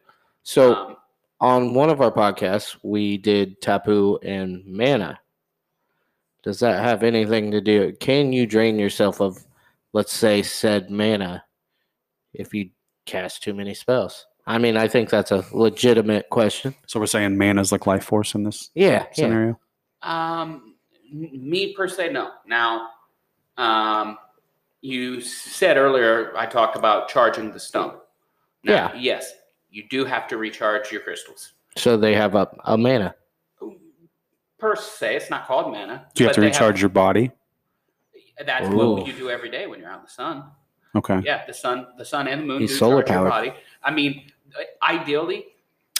S1: So
S2: um,
S1: on one of our podcasts, we did Tapu and Mana. Does that have anything to do? Can you drain yourself of, let's say, said mana if you cast too many spells? I mean, I think that's a legitimate question.
S3: So we're saying mana's like life force in this
S1: Yeah. yeah.
S3: scenario.
S2: um, m- me per se, no. Now, um, you said earlier I talked about charging the stone. Now, Yes, you do have to recharge your crystals.
S1: So they have a, a mana.
S2: Per se, it's not called mana.
S3: Do you have
S2: but
S3: to
S2: they
S3: recharge your Oh. body?
S2: That's
S1: Ooh.
S2: what you do every day when you're out in the sun.
S3: Okay.
S2: Yeah, the sun, the sun and the moon
S1: He's
S2: do
S1: solar
S2: charge your
S1: powered.
S2: body. I mean, ideally,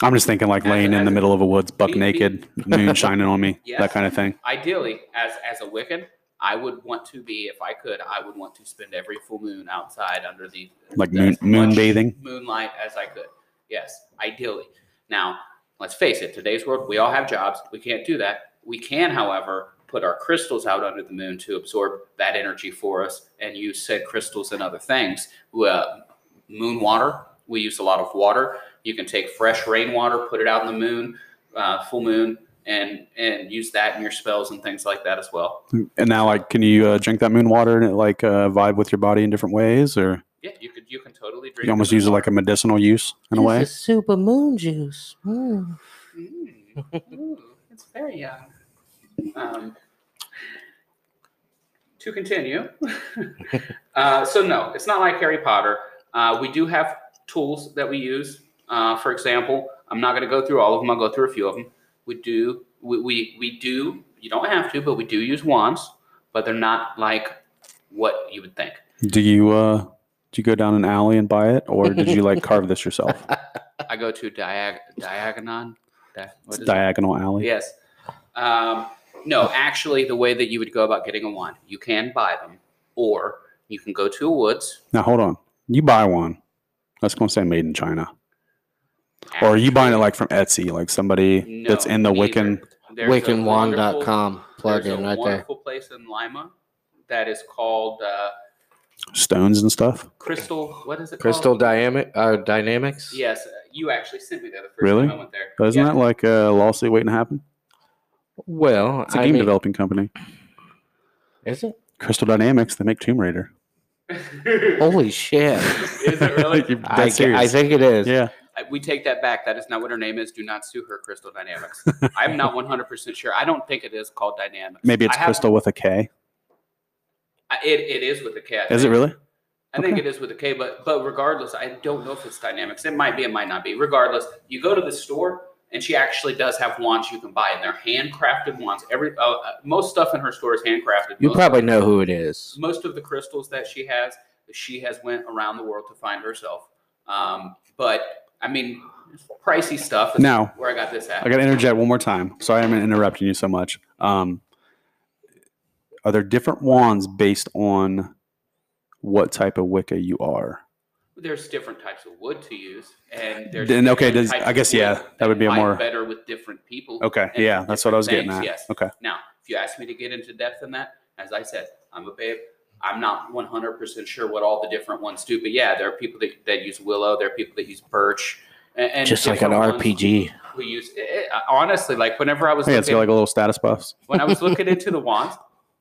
S3: I'm just thinking like
S2: As a-
S3: laying in
S2: as
S3: the
S2: a-
S3: middle of a woods, buck
S2: Be- be-
S3: naked, moon shining on me,
S2: Yes.
S3: that kind of thing.
S2: ideally as as a wiccan i would want to be if i could i would want to spend every full moon outside under the
S3: Like
S2: the-
S3: moon,
S2: as
S3: moon
S2: much
S3: bathing.
S2: moonlight as i could yes ideally now let's face it today's world we all have jobs we can't do that we can however put our crystals out under the moon to absorb that energy for us and use said crystals and other things uh, moon water we use a lot of water you can take fresh rainwater put it out in the moon uh, full moon and and use that in your spells and things like that as well.
S3: And now, like, can you uh, drink that moon water and it like uh, vibe with your body in different ways, or
S2: Yeah, you could you can totally drink.
S3: you almost use it like a medicinal use in a way?
S1: This is
S3: Hmm.
S1: super moon juice. Mm.
S2: it's very young. Um, to continue, uh, so no, it's not like Harry Potter. Uh, we do have tools that we use. Uh, for example, I'm not going to go through all of them. I'll go through a few of them. We do, we, we, we do, you don't have to, but we do use wands, but they're not like what you would think.
S3: Do you uh do you go down an alley and buy it, or did you like carve this yourself?
S2: I go to Diag- Diagonon. Di-
S3: It's
S2: what is it?
S3: diagonal alley.
S2: Yes. Um, no, actually, the way that you would go about getting a wand, you can buy them, or you can go to a woods.
S3: Now hold on. You buy one. That's gonna say made in China. Or are you buying it like from Etsy, like somebody
S2: Actually,
S3: that's in the
S2: no,
S3: Wiccan?
S2: neither. There's a wonderful-
S1: WiccanWand.com plug
S2: there's
S1: in
S2: a
S1: right there.
S2: wonderful um, place in Lima that is called uh,
S3: stones and stuff?
S2: Crystal. What is it?
S1: Crystal
S2: Called?
S1: dynamic uh, dynamics.
S2: Yes, uh, you actually sent me there the first
S3: Really?
S2: time I went there.
S3: But isn't
S2: Yeah.
S3: that like a lawsuit waiting to happen?
S1: Well,
S3: It's a
S1: I
S3: game
S1: mean-
S3: developing company.
S1: Is it?
S3: Crystal Dynamics, they make Tomb Raider.
S1: Holy shit!
S2: is it really?
S3: You- that's
S1: I, ge-
S3: serious.
S1: I think it is.
S3: yeah.
S2: I- We take that back. That is not what her name is. Do not sue her, Crystal Dynamics. I'm not 100% sure. I don't think it is called Dynamics.
S3: Maybe it's
S2: I haven't-
S3: Crystal with a K.
S2: I- It, it is with a K. I
S3: Is it
S2: think.
S3: really?
S2: I think it
S3: Okay.
S2: is with a K, but but regardless, I don't know if it's Dynamics. It might be, it might not be. Regardless, you go to the store, and she actually does have wands you can buy, and they're handcrafted wands. Every uh, uh, most stuff in her store is handcrafted.
S1: You
S2: most,
S1: probably know who it is.
S2: most of the crystals that she has, she has went around the world to find herself. Um, but I mean, pricey stuff. is
S3: Now-
S2: where I got this at.
S3: I got to interject one more time. Sorry, I'm interrupting you so much. Um, are there different wands based on what type of Wicca you are?
S2: there's different types of wood to use, and there's
S3: Then, okay,
S2: different
S3: does-
S2: types
S3: I
S2: of
S3: guess,
S2: wood
S3: yeah, that would be a
S2: vibe
S3: more-
S2: better with different people.
S3: Okay,
S2: and
S3: yeah, that's what I was getting at.
S2: different things, yes.
S3: Okay,
S2: Now, if you ask me to get into depth in that, as I said, I'm a babe. I'm not 100% sure what all the different ones do, but yeah, there are people that, that use willow, there are people that use birch, and, and
S1: Just like an
S2: different ones
S1: RPG.
S2: Who use eh, eh, honestly, like whenever I was
S3: yeah, it's
S2: looking,
S3: got like a little status buffs.
S2: when I was looking into the wands,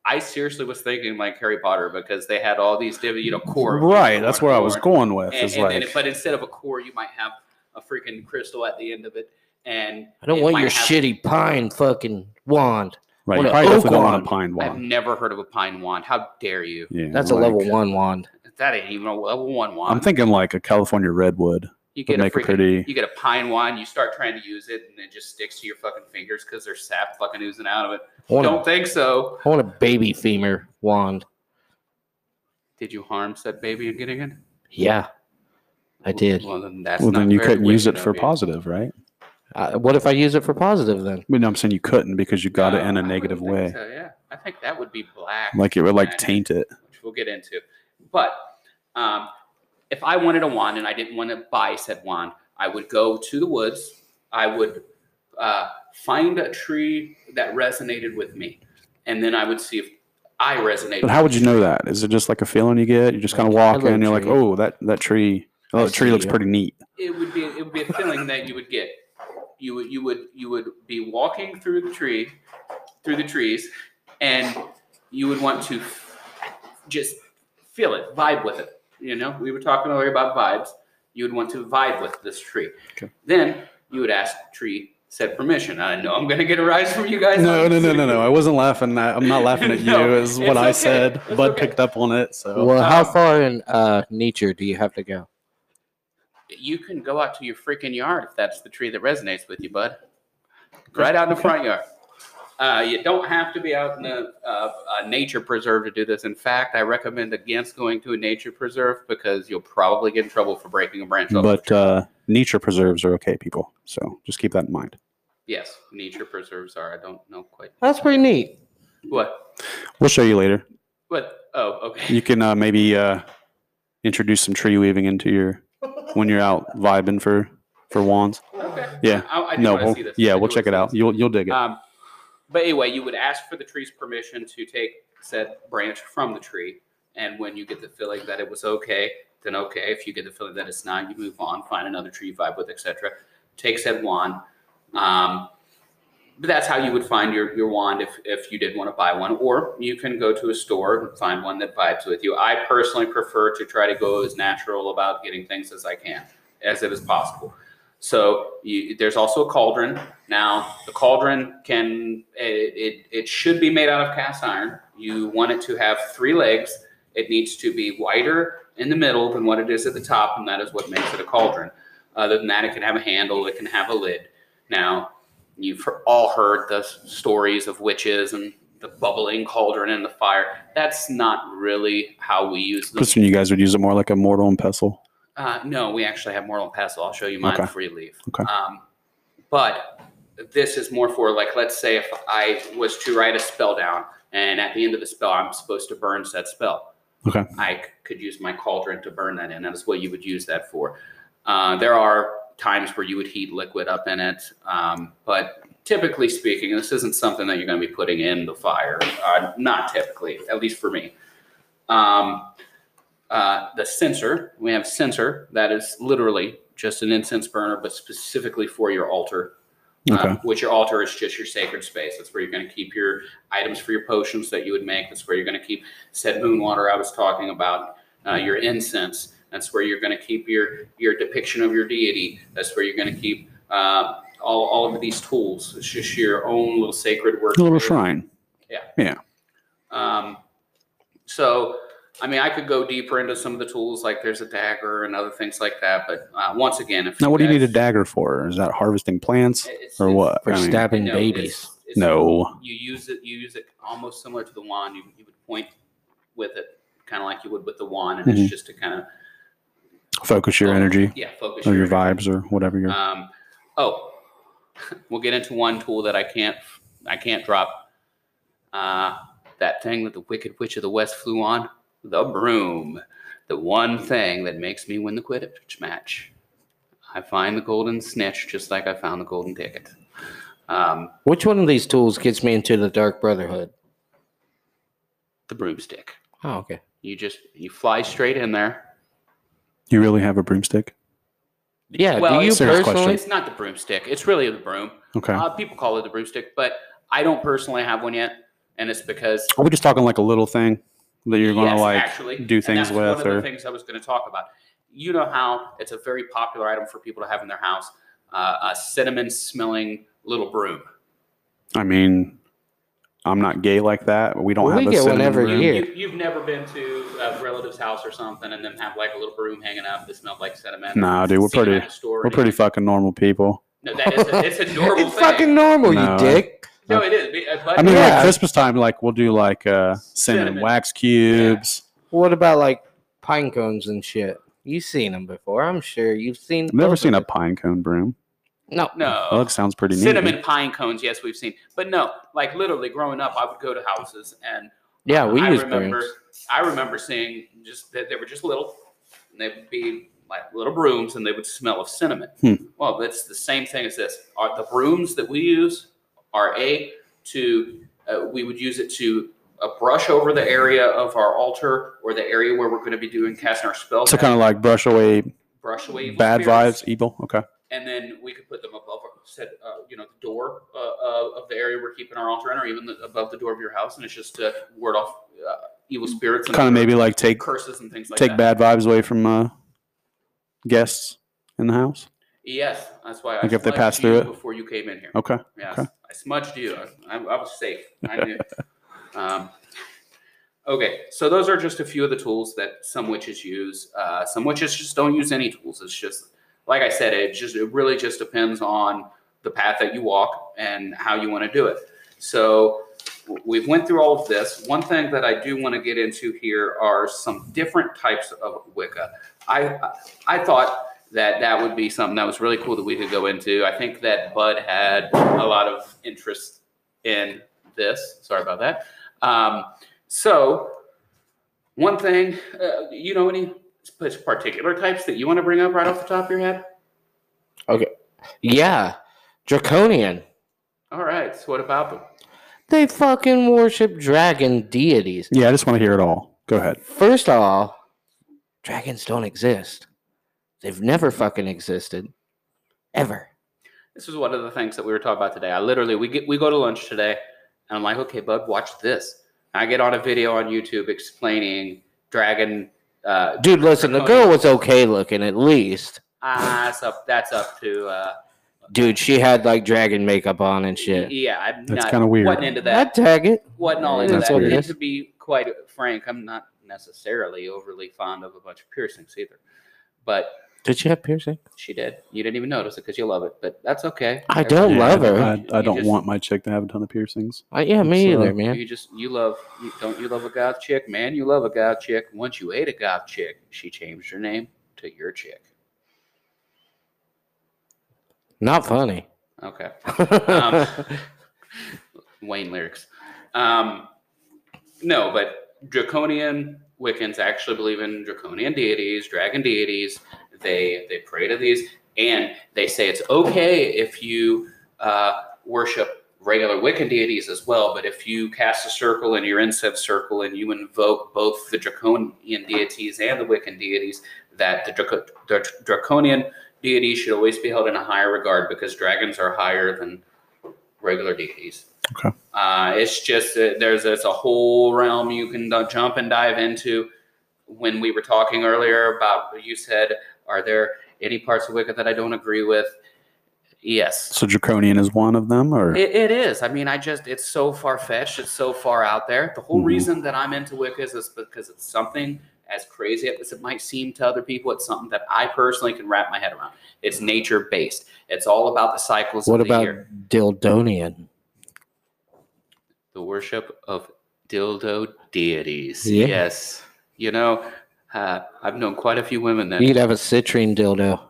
S2: I seriously was thinking like Harry Potter because they had all these different, you know, core.
S3: Right, that's where I was
S2: going
S3: going with.
S2: and,
S3: Is
S2: and then,
S3: like,
S2: if- but instead of a core, you might have a freaking crystal at the end of it. And
S1: I don't
S2: it
S1: want
S2: might
S1: your
S2: have-
S1: shitty pine fucking wand.
S3: right,
S1: what
S3: you
S1: a
S3: probably
S1: oak
S3: definitely don't want
S1: wand.
S3: a pine
S2: I've
S3: wand.
S2: never heard of a pine wand. How dare you?
S3: Yeah,
S1: That's a
S3: like-
S1: level one wand.
S2: That ain't even a level one wand.
S3: I'm thinking like a California redwood.
S2: you get
S3: Would
S2: a
S3: make a
S2: freaking,
S3: pretty.
S2: you get a pine wand. You start trying to use it, and it just sticks to your fucking fingers because there's sap fucking oozing out of it.
S1: I want,
S2: Don't
S1: a,
S2: think so.
S1: I want a baby femur wand.
S2: Did you harm said baby in getting it?
S1: Yeah, I did.
S2: Well, then that's
S3: Well, then
S2: not
S3: you
S2: very
S3: couldn't use
S2: wicked
S3: it for
S2: of you.
S3: positive, right?
S1: Uh, what if I use it for positive then?
S3: I mean, I'm saying you couldn't because you got it
S2: No,
S3: in
S2: I
S3: a
S2: wouldn't
S3: negative
S2: think
S3: way.
S2: so, yeah, I think that would be black.
S3: Like it would like
S2: magic.
S3: taint it.
S2: which we'll get into. But um, if I wanted a wand and I didn't want to buy said wand, I would go to the woods. I would uh, find a tree that resonated with me, and then I would see if I resonated.
S3: But how would you know that? Is it just like a feeling you get? You just kind of
S1: Like,
S3: walk
S1: hello,
S3: in, you're like,
S1: tree.
S3: oh, that that tree,
S1: I
S3: oh, that tree
S1: see
S3: looks
S1: you."
S3: pretty neat.
S2: it would be it would be a feeling that you would get. You would you would you would be walking through the tree, through the trees, and you would want to just feel it, vibe with it. You know, we were talking earlier about vibes. You would want to vibe with this tree.
S3: Okay.
S2: Then you would ask tree said permission. I know I'm going to get a rise from you guys.
S3: No,
S2: on
S3: no,
S2: this.
S3: no, no, no. I wasn't laughing. At, I'm not laughing at you.
S2: No,
S3: is what
S2: it's
S3: I
S2: okay.
S3: said.
S2: It's
S3: Bud
S2: okay.
S3: picked up on it. So
S1: Well, how
S2: um,
S1: far in uh, nature do you have to go?
S2: You can go out to your freaking yard if that's the tree that resonates with you, bud. Right out in the front yard. Uh, you don't have to be out in a, a, a nature preserve to do this. In fact, I recommend against going to a nature preserve because you'll probably get in trouble for breaking a branch. off.
S3: but uh, nature preserves are okay, people. So just keep that in mind.
S2: yes, nature preserves are. I don't know quite
S1: That's pretty neat.
S2: what.
S3: We'll show you later.
S2: What? Oh, okay.
S3: You can uh, maybe uh, introduce some tree weaving into your when you're out vibing for for wands.
S2: okay.
S3: Yeah.
S2: I, I do
S3: no,
S2: wanna
S3: we'll,
S2: see this. I
S3: yeah,
S2: do
S3: we'll
S2: wanna
S3: check it
S2: see
S3: out.
S2: this.
S3: You'll you'll dig it.
S2: Um, but anyway, you would ask for the tree's permission to take said branch from the tree. And when you get the feeling that it was okay, then okay. If you get the feeling that it's not, you move on, find another tree you vibe with, etc. Take said wand. Um, but that's how you would find your, your wand if, if you did want to buy one. Or you can go to a store and find one that vibes with you. I personally prefer to try to go as natural about getting things as I can, as it is possible. So you, there's also a cauldron. Now, the cauldron can it, it it should be made out of cast iron. You want it to have three legs. It needs to be wider in the middle than what it is at the top, and that is what makes it a cauldron. Other than that, it can have a handle. It can have a lid. Now, you've he- all heard the s- stories of witches and the bubbling cauldron and the fire. That's not really how we use them.
S3: Christian, you guys would use it more like a mortal and pestle.
S2: Uh, no, we actually have Mortal and Pestle. I'll show you mine
S3: Okay.
S2: before you leave.
S3: Okay.
S2: Um, but this is more for like, let's say if I was to write a spell down, and at the end of the spell, I'm supposed to burn said spell.
S3: Okay.
S2: I c- could use my cauldron to burn that in. That is what you would use that for. Uh, there are times where you would heat liquid up in it, um, but typically speaking, this isn't something that you're going to be putting in the fire. Uh, not typically, at least for me. Um, uh, the censer. We have censer that is literally just an incense burner, but specifically for your altar. uh,
S3: Okay.
S2: which your altar is just your sacred space. That's where you're going to keep your items for your potions that you would make. That's where you're going to keep said moon water I was talking about. Uh, your incense. That's where you're going to keep your your depiction of your deity. That's where you're going to keep uh, all all of these tools. It's just your own little sacred work.
S3: A little shrine.
S2: Um, so, I mean, I could go deeper into some of the tools, like there's a dagger and other things like that. But uh, once again, if
S3: Now, what do you need a
S2: guys-
S3: dagger for? Is that harvesting plants
S2: It's-
S3: or
S2: it's-
S3: what?
S1: For
S3: I mean,
S1: stabbing
S2: no, it's-
S1: babies.
S2: it's-
S3: No.
S2: You use it. You use it almost similar to the wand. You, you would point with it, kind of like you would with the wand, and
S3: Mhm.
S2: it's just to kind of
S3: focus your energy
S2: Yeah, focus
S3: or your
S2: energy.
S3: vibes or whatever your
S2: Um, oh, we'll get into one tool that I can't I can't drop. Uh, that thing that the Wicked Witch of the West flew on, the broom, the one thing that makes me win the Quidditch match. I find the golden snitch just like I found the golden ticket. Um,
S1: Which one of these tools gets me into the Dark Brotherhood?
S2: the broomstick.
S1: Oh, okay.
S2: You just you fly straight in there.
S3: You really have a broomstick?
S1: Yeah.
S2: Well,
S1: do you
S2: it's-
S3: Serious
S1: personally?
S3: question.
S2: It's not the broomstick. It's really the broom.
S3: Okay.
S2: Uh, people call it the broomstick, but I don't personally have one yet, and it's because
S3: Are we just talking like a little thing that you're going to
S2: Yes,
S3: like?
S2: actually,
S3: do
S2: and
S3: things
S2: that's one
S3: with,
S2: of the
S3: or-
S2: things I was going to talk about. You know how it's a very popular item for people to have in their house, uh, a cinnamon smelling little broom.
S3: I mean, I'm not gay like that. but We don't
S1: Well,
S3: have
S1: we
S3: a
S1: get one
S3: cinnamon
S1: every
S3: room.
S1: year. Here.
S2: You, have never been to a relative's house or something and then have like a little broom hanging up that smelled like cinnamon.
S3: Nah, dude, we're
S2: Seen
S3: pretty-
S2: that in store
S3: We're pretty fucking normal people.
S2: No, that is a, it's a normal
S1: it's
S2: thing.
S1: fucking normal,
S3: No.
S1: you dick.
S2: no, it is. Be- uh, But
S3: I mean,
S1: Yeah.
S3: like Christmas time, like we'll do like uh, cinnamon,
S2: Cinnamon.
S3: wax cubes.
S1: What about like pine cones and shit? You've seen them before, I'm sure. You've seen.
S3: I've never
S1: both
S3: seen a
S1: of
S3: pine cone broom.
S1: them. No.
S2: no.
S3: That looks- sounds pretty neat.
S2: cinnamon pine cones. Yes, we've seen, but no, like literally growing up, I would go to houses and
S1: Yeah, we
S2: I
S1: use
S2: remember,
S1: brooms.
S2: I remember seeing just that they were just little, and they would be like little brooms, and they would smell of cinnamon.
S3: Hmm.
S2: Well, that's the same thing as this. Are the brooms that we use are a to uh, we would use it to uh, brush over the area of our altar or the area where we're going to be doing casting our spells.
S3: So kind of like brush away
S2: brush away evil
S3: bad
S2: spirits
S3: vibes, evil. Okay.
S2: and then we could put them above said uh, you know the door uh, uh, of the area we're keeping our altar in, or even the, above the door of your house, and it's just to ward off uh, evil spirits and
S3: Kind of maybe like take
S2: curses and things like
S3: take
S2: that.
S3: bad vibes away from uh, guests in the house.
S2: Yes, that's why I
S3: Like if they
S2: smudged
S3: pass through
S2: you
S3: it?
S2: before you came in here.
S3: Okay.
S2: Yes,
S3: okay.
S2: I smudged you. I, I, I was safe. I knew. um, okay, so those are just a few of the tools that some witches use. Uh, some witches just don't use any tools. It's just like I said, it just it really just depends on the path that you walk and how you want to do it. So w- we've went through all of this. One thing that I do want to get into here are some different types of Wicca. I I thought that that would be something that was really cool that we could go into. I think that Bud had a lot of interest in this. Sorry about that. Um, so one thing, uh, you know, any sp- particular types that you want to bring up right off the top of your head?
S1: Yeah, draconian.
S2: All right. So what about them?
S1: They fucking worship dragon deities.
S3: Yeah, I just want to hear it all. Go ahead.
S1: First of all, dragons don't exist. They've never fucking existed, ever.
S2: This is one of the things that we were talking about today. I literally we get we go to lunch today, and I'm like, okay, bud, watch this. I get on a video on YouTube explaining dragon. Uh,
S1: Dude, listen, the girl was okay looking at least.
S2: ah, that's up. That's up to. Uh,
S1: Dude, she had like dragon makeup on and shit.
S2: Yeah, I'm
S3: That's
S2: not
S3: kinda weird.
S2: wasn't into that.
S1: I'd tag it.
S2: wasn't all into
S1: That's
S2: that.
S1: what it
S2: And
S1: is.
S2: to be quite frank, I'm not necessarily overly fond of a bunch of piercings either. But
S1: Did she have piercing?
S2: she did. You didn't even notice it because you love it, but that's okay.
S1: I don't
S3: Yeah,
S1: love her.
S3: I, I
S2: You
S3: don't
S2: just-
S3: want my chick to have a ton of piercings.
S1: Uh, yeah, me
S3: So-
S1: either, man.
S2: You just you love you, don't you love a goth chick, man? You love a goth chick. Once you ate a goth chick, she changed her name to your chick.
S1: Not funny.
S2: Okay, Um, Wayne lyrics. Um, no, but draconian Wiccans actually believe in draconian deities, dragon deities. They they pray to these, and they say it's okay if you uh, worship regular Wiccan deities as well. But if you cast a circle in your incense circle and you invoke both the draconian deities and the Wiccan deities, that the, draco- the draconian deities should always be held in a higher regard because dragons are higher than regular deities.
S3: Okay.
S2: Uh, it's just that there's it's a whole realm you can d- jump and dive into. When we were talking earlier about, you said, are there any parts of Wicca that I don't agree with? Yes,
S3: So draconian is one of them, or
S2: it, it is. I mean, I just, it's so far fetched. It's so far out there. The whole
S1: Mm-hmm.
S3: Mhm.
S2: reason that I'm into Wicca is, is because it's something as crazy as it might seem to other people. It's something that I personally can wrap my head around. It's nature based. It's all about the cycles.
S1: what
S2: of the
S1: about
S2: year.
S1: Dildonian?
S2: the worship of dildo deities?
S1: Yeah.
S2: Yes. You know, uh, I've known quite a few women that.
S1: You'd have a citrine dildo.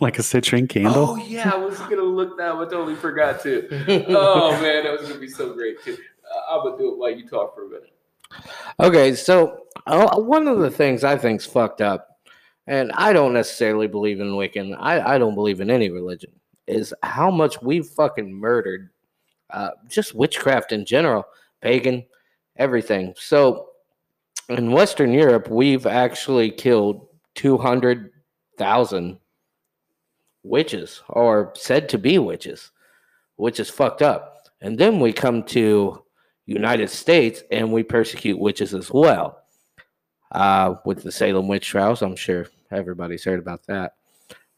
S3: like a citrine
S2: Oh
S3: candle?
S2: yeah, I was gonna look that. up. I totally forgot to. oh man, that was gonna be so great too. Uh, I'm gonna do it while you talk for a minute.
S1: Okay, so uh, one of the things I think's fucked up, and I don't necessarily believe in Wiccan. I, I don't believe in any religion. Is how much we've fucking murdered, uh, just witchcraft in general, pagan, everything. So in Western Europe, we've actually killed two hundred thousand witches, or said to be witches, which is fucked up. And then we come to United States, and we persecute witches as well. Uh, with the Salem witch trials, I'm sure everybody's heard about that.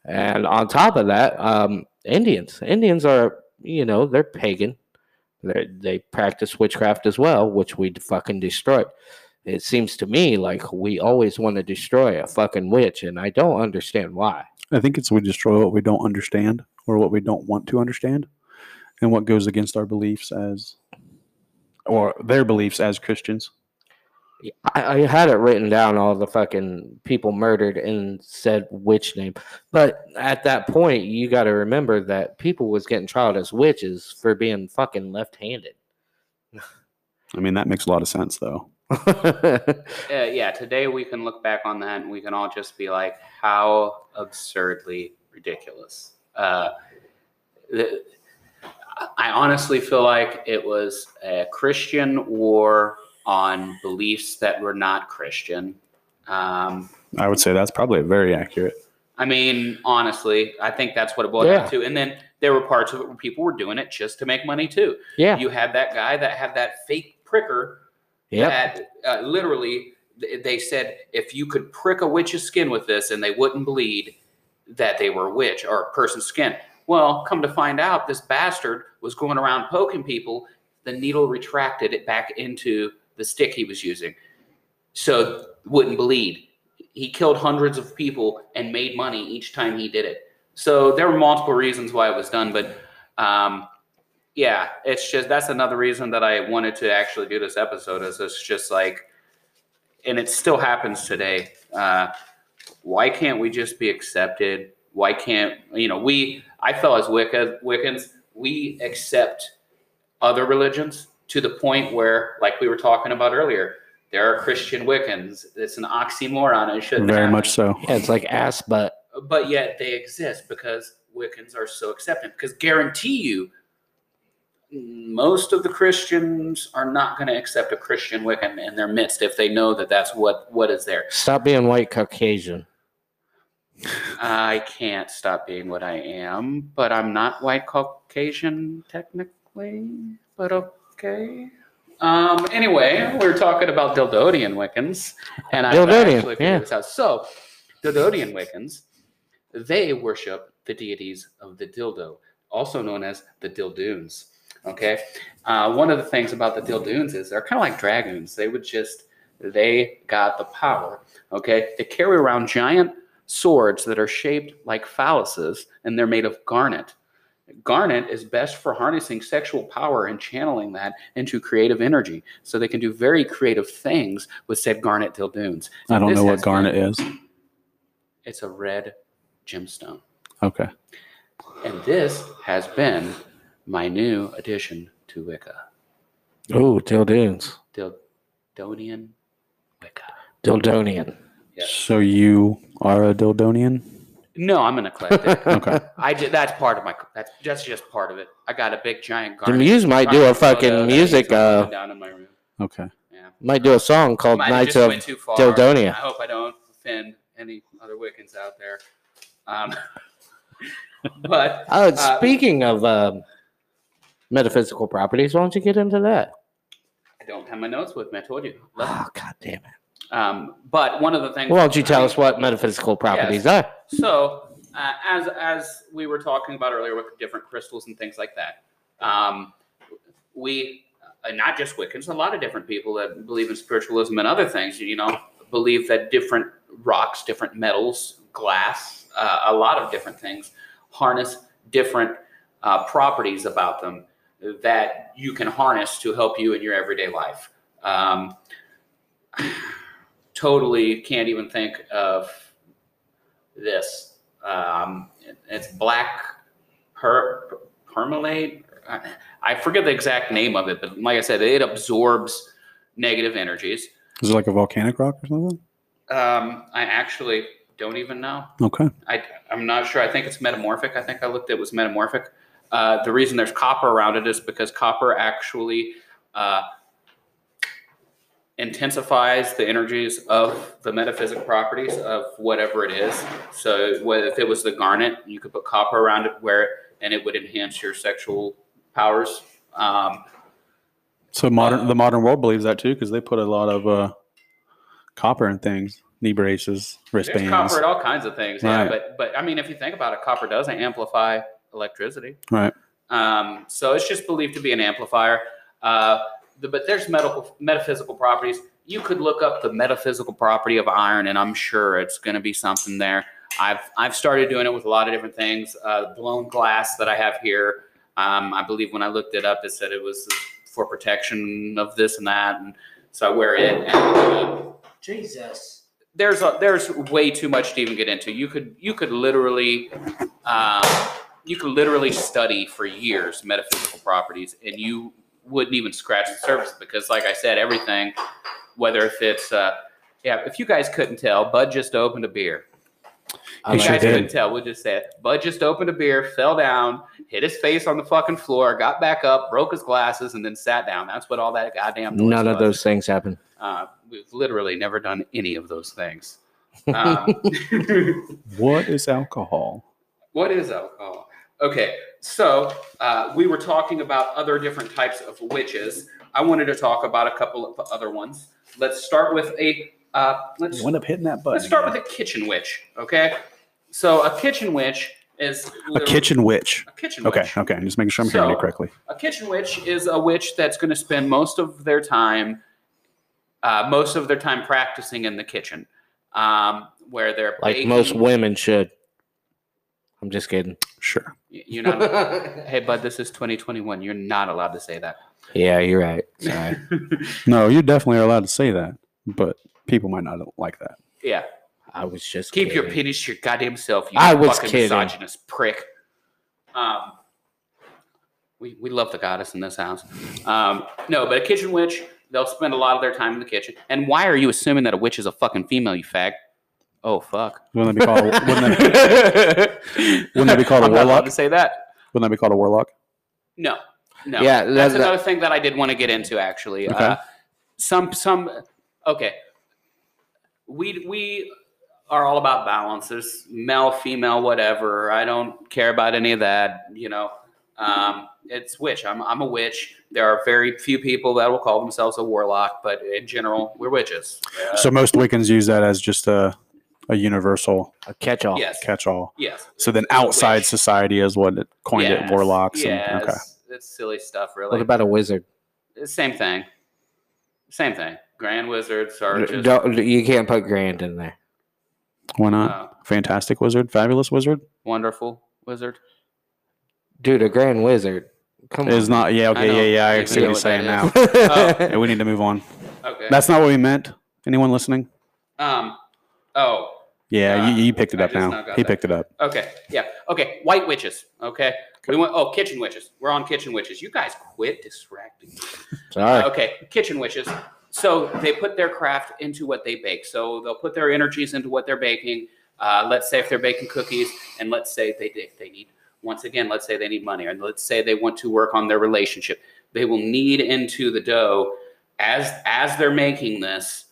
S1: And on top of that, um, Indians. Indians are, you know, they're pagan. They're, they practice witchcraft as well, which we fucking destroyed. It seems to me like we always want to destroy a fucking witch, and I don't understand why.
S3: I think it's we destroy what we don't understand or what we don't want to understand, and what goes against our beliefs as, or their beliefs as Christians.
S1: I, I had it written down all the fucking people murdered and said witch name. But at that point, you got to remember that people was getting trialed as witches for being fucking left-handed.
S3: I mean, that makes a lot of sense, though.
S2: Uh, yeah, today we can look back on that and we can all just be like, how absurdly ridiculous. Uh, the, I honestly feel like it was a Christian war on beliefs that were not Christian. Um,
S3: I would say that's probably very accurate.
S2: I mean, honestly, I think that's what it boiled
S1: Yeah.
S2: down to. And then there were parts of it where people were doing it just to make money too.
S1: yeah,
S2: You had that guy that had that fake pricker
S1: yeah,
S2: that uh, literally th- they said if you could prick a witch's skin with this and they wouldn't bleed that they were a witch or a person's skin well come to find out this bastard was going around poking people the needle retracted it back into the stick he was using so wouldn't bleed he killed hundreds of people and made money each time he did it so there were multiple reasons why it was done but um, yeah, it's just that's another reason that I wanted to actually do this episode is it's just like, and it still happens today. Uh, why can't we just be accepted? Why can't you know we? I feel as Wicca, Wiccans, we accept other religions to the point where, like we were talking about earlier, there are Christian Wiccans. It's an oxymoron. It shouldn't
S3: Very
S2: happen
S3: much so.
S1: yeah. It's like ass butt.
S2: but yet they exist because Wiccans are so accepting. Because guarantee you, most of the Christians are not going to accept a Christian Wiccan in their midst if they know that that's what what is there.
S1: Stop being white Caucasian.
S2: I can't stop being what I am, but I'm not white Caucasian technically, but okay. Um, anyway, we are talking about Dildodian Wiccans, and I
S1: Dildodian,
S2: actually figured
S1: yeah.
S2: this out. So, Dildodian Wiccans, they worship the deities of the dildo, also known as the Dildoons. Okay. Uh, one of the things about the Dildoons is they're kind of like dragoons. They would just, they got the power. Okay. They carry around giant swords that are shaped like phalluses and they're made of garnet. Garnet is best for harnessing sexual power and channeling that into creative energy. So they can do very creative things with said garnet dildoons.
S3: I don't
S2: This
S3: know what
S2: has
S3: garnet is.
S2: It's a red gemstone.
S3: Okay.
S2: And this has been my new addition to Wicca,
S1: Oh, Dildoons.
S2: Dildonian Wicca.
S1: Dildonian.
S2: Yes.
S3: So you are a Dildonian?
S2: No, I'm an eclectic.
S3: Okay.
S2: I did, that's part of my that's that's just part of it. I got a big giant
S1: The
S2: garden.
S1: Muse might do a
S2: garden photo
S1: fucking
S2: that
S1: music,
S2: hangs up and
S1: uh,
S2: down in my room.
S3: Okay.
S2: Yeah.
S1: might do a song called
S2: Might have
S1: Knights
S2: just
S1: of
S2: went too far.
S1: Dildonia.
S2: I hope I don't offend any other Wiccans out there. Um, but
S1: Oh,
S2: Uh,
S1: speaking of um, metaphysical properties, why don't you get into that?
S2: I don't have my notes with me. I told you.
S1: Oh, god damn it.
S2: Um, but one of the things.
S1: Why don't you tell
S2: I-
S1: us what metaphysical properties are?
S2: So, uh, as as we were talking about earlier with different crystals and things like that, um, we and not just Wiccans, a lot of different people that believe in spiritualism and other things, you know, believe that different rocks, different metals, glass, uh, a lot of different things harness different uh, properties about them that you can harness to help you in your everyday life. Um, totally can't even think of this. Um, it- it's black per, permalate. I- I forget the exact name of it, but like I said, it absorbs negative energies.
S3: Is it like a volcanic rock or something?
S2: Um, I actually don't even know.
S3: Okay.
S2: I, I'm not sure. I think it's metamorphic. I think I looked at it was metamorphic. Uh, the reason there's copper around it is because copper actually uh, intensifies the energies of the metaphysic properties of whatever it is. So whether if it was the garnet, you could put copper around it where and it would enhance your sexual powers. Um,
S3: So modern the modern world believes that too because they put a lot of uh, copper in things, knee braces,
S2: there's
S3: wristbands.
S2: copper at all kinds of things. Yeah,
S3: Right.
S2: but but I mean, if you think about it, copper does amplify electricity.
S3: Right.
S2: Um, so it's just believed to be an amplifier. Uh, the, but there's medical, metaphysical properties. You could look up the metaphysical property of iron, and I'm sure it's going to be something there. I've I've started doing it with a lot of different things. Uh, blown glass that I have here. Um, I believe when I looked it up, it said it was for protection of this and that, and so I wear it. And, uh,
S4: Jesus.
S2: there's a, there's way too much to even get into. You could you could literally um, you could literally study for years metaphysical properties, and you wouldn't even scratch the surface because, like I said, everything, whether if it's uh, yeah, if you guys couldn't tell, Bud just opened a beer.
S1: I
S3: He
S2: You
S1: like
S3: sure
S2: guys
S1: it.
S3: did.
S2: couldn't tell. We'll just say it. Bud just opened a beer, fell down, hit his face on the fucking floor, got back up, broke his glasses, and then sat down. That's what all that goddamn. noise
S1: None of
S2: was.
S1: those things happen.
S2: Uh, we've literally never done any of those things. Um,
S3: What is alcohol?
S2: what is alcohol? Okay, so uh, we were talking about other different types of witches. I wanted to talk about a couple of other ones. Let's start with a uh, let's
S3: Wind up hitting that button.
S2: let's start with a kitchen witch. Okay, so a kitchen witch is
S3: a kitchen witch.
S2: a kitchen
S3: Okay,
S2: witch.
S3: okay. I'm just making sure I'm hearing you
S2: So-
S3: correctly.
S2: A kitchen witch is a witch that's going to spend most of their time, uh, most of their time practicing in the kitchen, um, where they're
S1: Like
S2: baking-
S1: most women should. I'm just kidding.
S3: Sure.
S2: Y- You're not. hey, bud, this is 2021. You're not allowed to say that.
S1: Yeah, you're right. Sorry.
S3: No, you definitely are allowed to say that, but people might not like that.
S2: Yeah,
S1: I was just
S2: keep your
S1: kidding.
S2: penis to your goddamn self. You
S1: I was
S2: fucking
S1: kidding.
S2: misogynist prick. Um, we we love the goddess in this house. Um, no, but a kitchen witch. They'll spend a lot of their time in the kitchen. And why are you assuming that a witch is a fucking female? You fag. Oh fuck.
S3: Wouldn't that be called? wouldn't, that,
S2: Wouldn't
S3: that be called a
S2: I'm not allowed
S3: warlock?
S2: to say that.
S3: wouldn't that be called a warlock?
S2: No, no.
S1: Yeah,
S2: that's
S1: that- that-
S2: another thing that I did want to get into actually.
S3: Okay.
S2: Uh, some some okay. We we are all about balance. There's male, female, whatever. I don't care about any of that. You know, um, it's witch. I'm I'm a witch. There are very few people that will call themselves a warlock, but in general, we're witches. Uh,
S3: So most Wiccans use that as just a, a universal
S1: A catch all.
S2: Yes.
S3: catch-all.
S2: Yes.
S3: So then outside
S2: Which-
S3: society is what it coined it.
S2: Yes,
S3: Warlocks.
S2: Yeah,
S3: And, okay.
S2: it's, it's silly stuff, really.
S1: What about a wizard?
S2: Same thing. Same thing. Grand wizards
S3: Uh,
S2: are just.
S1: Don't, you can't put grand in there.
S3: Why not?
S2: uh,
S3: Fantastic wizard, fabulous wizard
S2: wonderful wizard.
S1: Dude, a grand wizard. Come
S3: is
S1: on.
S3: not. Yeah. Okay.
S2: know.
S3: Yeah. Yeah. I
S2: You
S3: see
S1: know
S3: what you're
S2: what that
S3: saying now.
S2: Oh.
S3: Yeah, we need to move on.
S2: Okay.
S3: That's not what we meant. Anyone listening?
S2: um. Oh.
S3: Yeah.
S2: Uh,
S3: you, you picked it
S2: I
S3: up
S2: just
S3: now.
S2: now got
S3: He
S2: that.
S3: picked it up.
S2: Okay. Yeah. Okay. White witches. Okay. We went. Oh, kitchen witches. We're on kitchen witches. You guys quit distracting. me.
S1: Sorry.
S2: Okay. Kitchen witches. So they put their craft into what they bake. So they'll put their energies into what they're baking. Uh, let's say if they're baking cookies, and let's say they they- they need once again, let's say they need money, and let's say they want to work on their relationship. They will knead into the dough as as they're making this.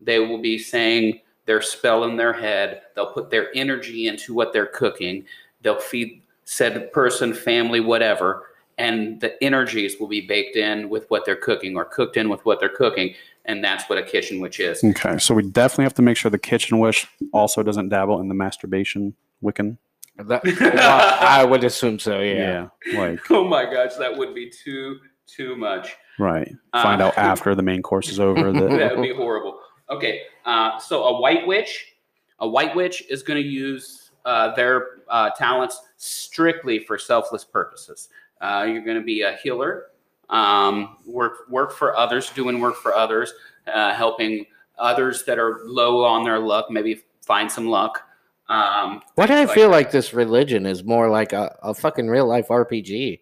S2: They will be saying their spell in their head. They'll put their energy into what they're cooking. They'll feed said person, family, whatever, and the energies will be baked in with what they're cooking or cooked in with what they're cooking, and that's what a kitchen witch is.
S3: Okay, so we definitely have to make sure the kitchen wish also doesn't dabble in the masturbation Wiccan.
S1: That- well, I would assume so, yeah.
S3: like
S2: Oh my gosh, that would be too too much.
S3: right. Find
S2: Uh,
S3: out after the main course is over that
S2: that would be horrible. Okay, uh, so a white witch, a white witch is going to use uh, their uh, talents strictly for selfless purposes. Uh, you're going to be a healer, um, work work for others, doing work for others, uh, helping others that are low on their luck. Maybe find some luck. Um,
S1: Why do I
S2: things like
S1: feel
S2: that.
S1: like this religion is more like a, a fucking real life RPG?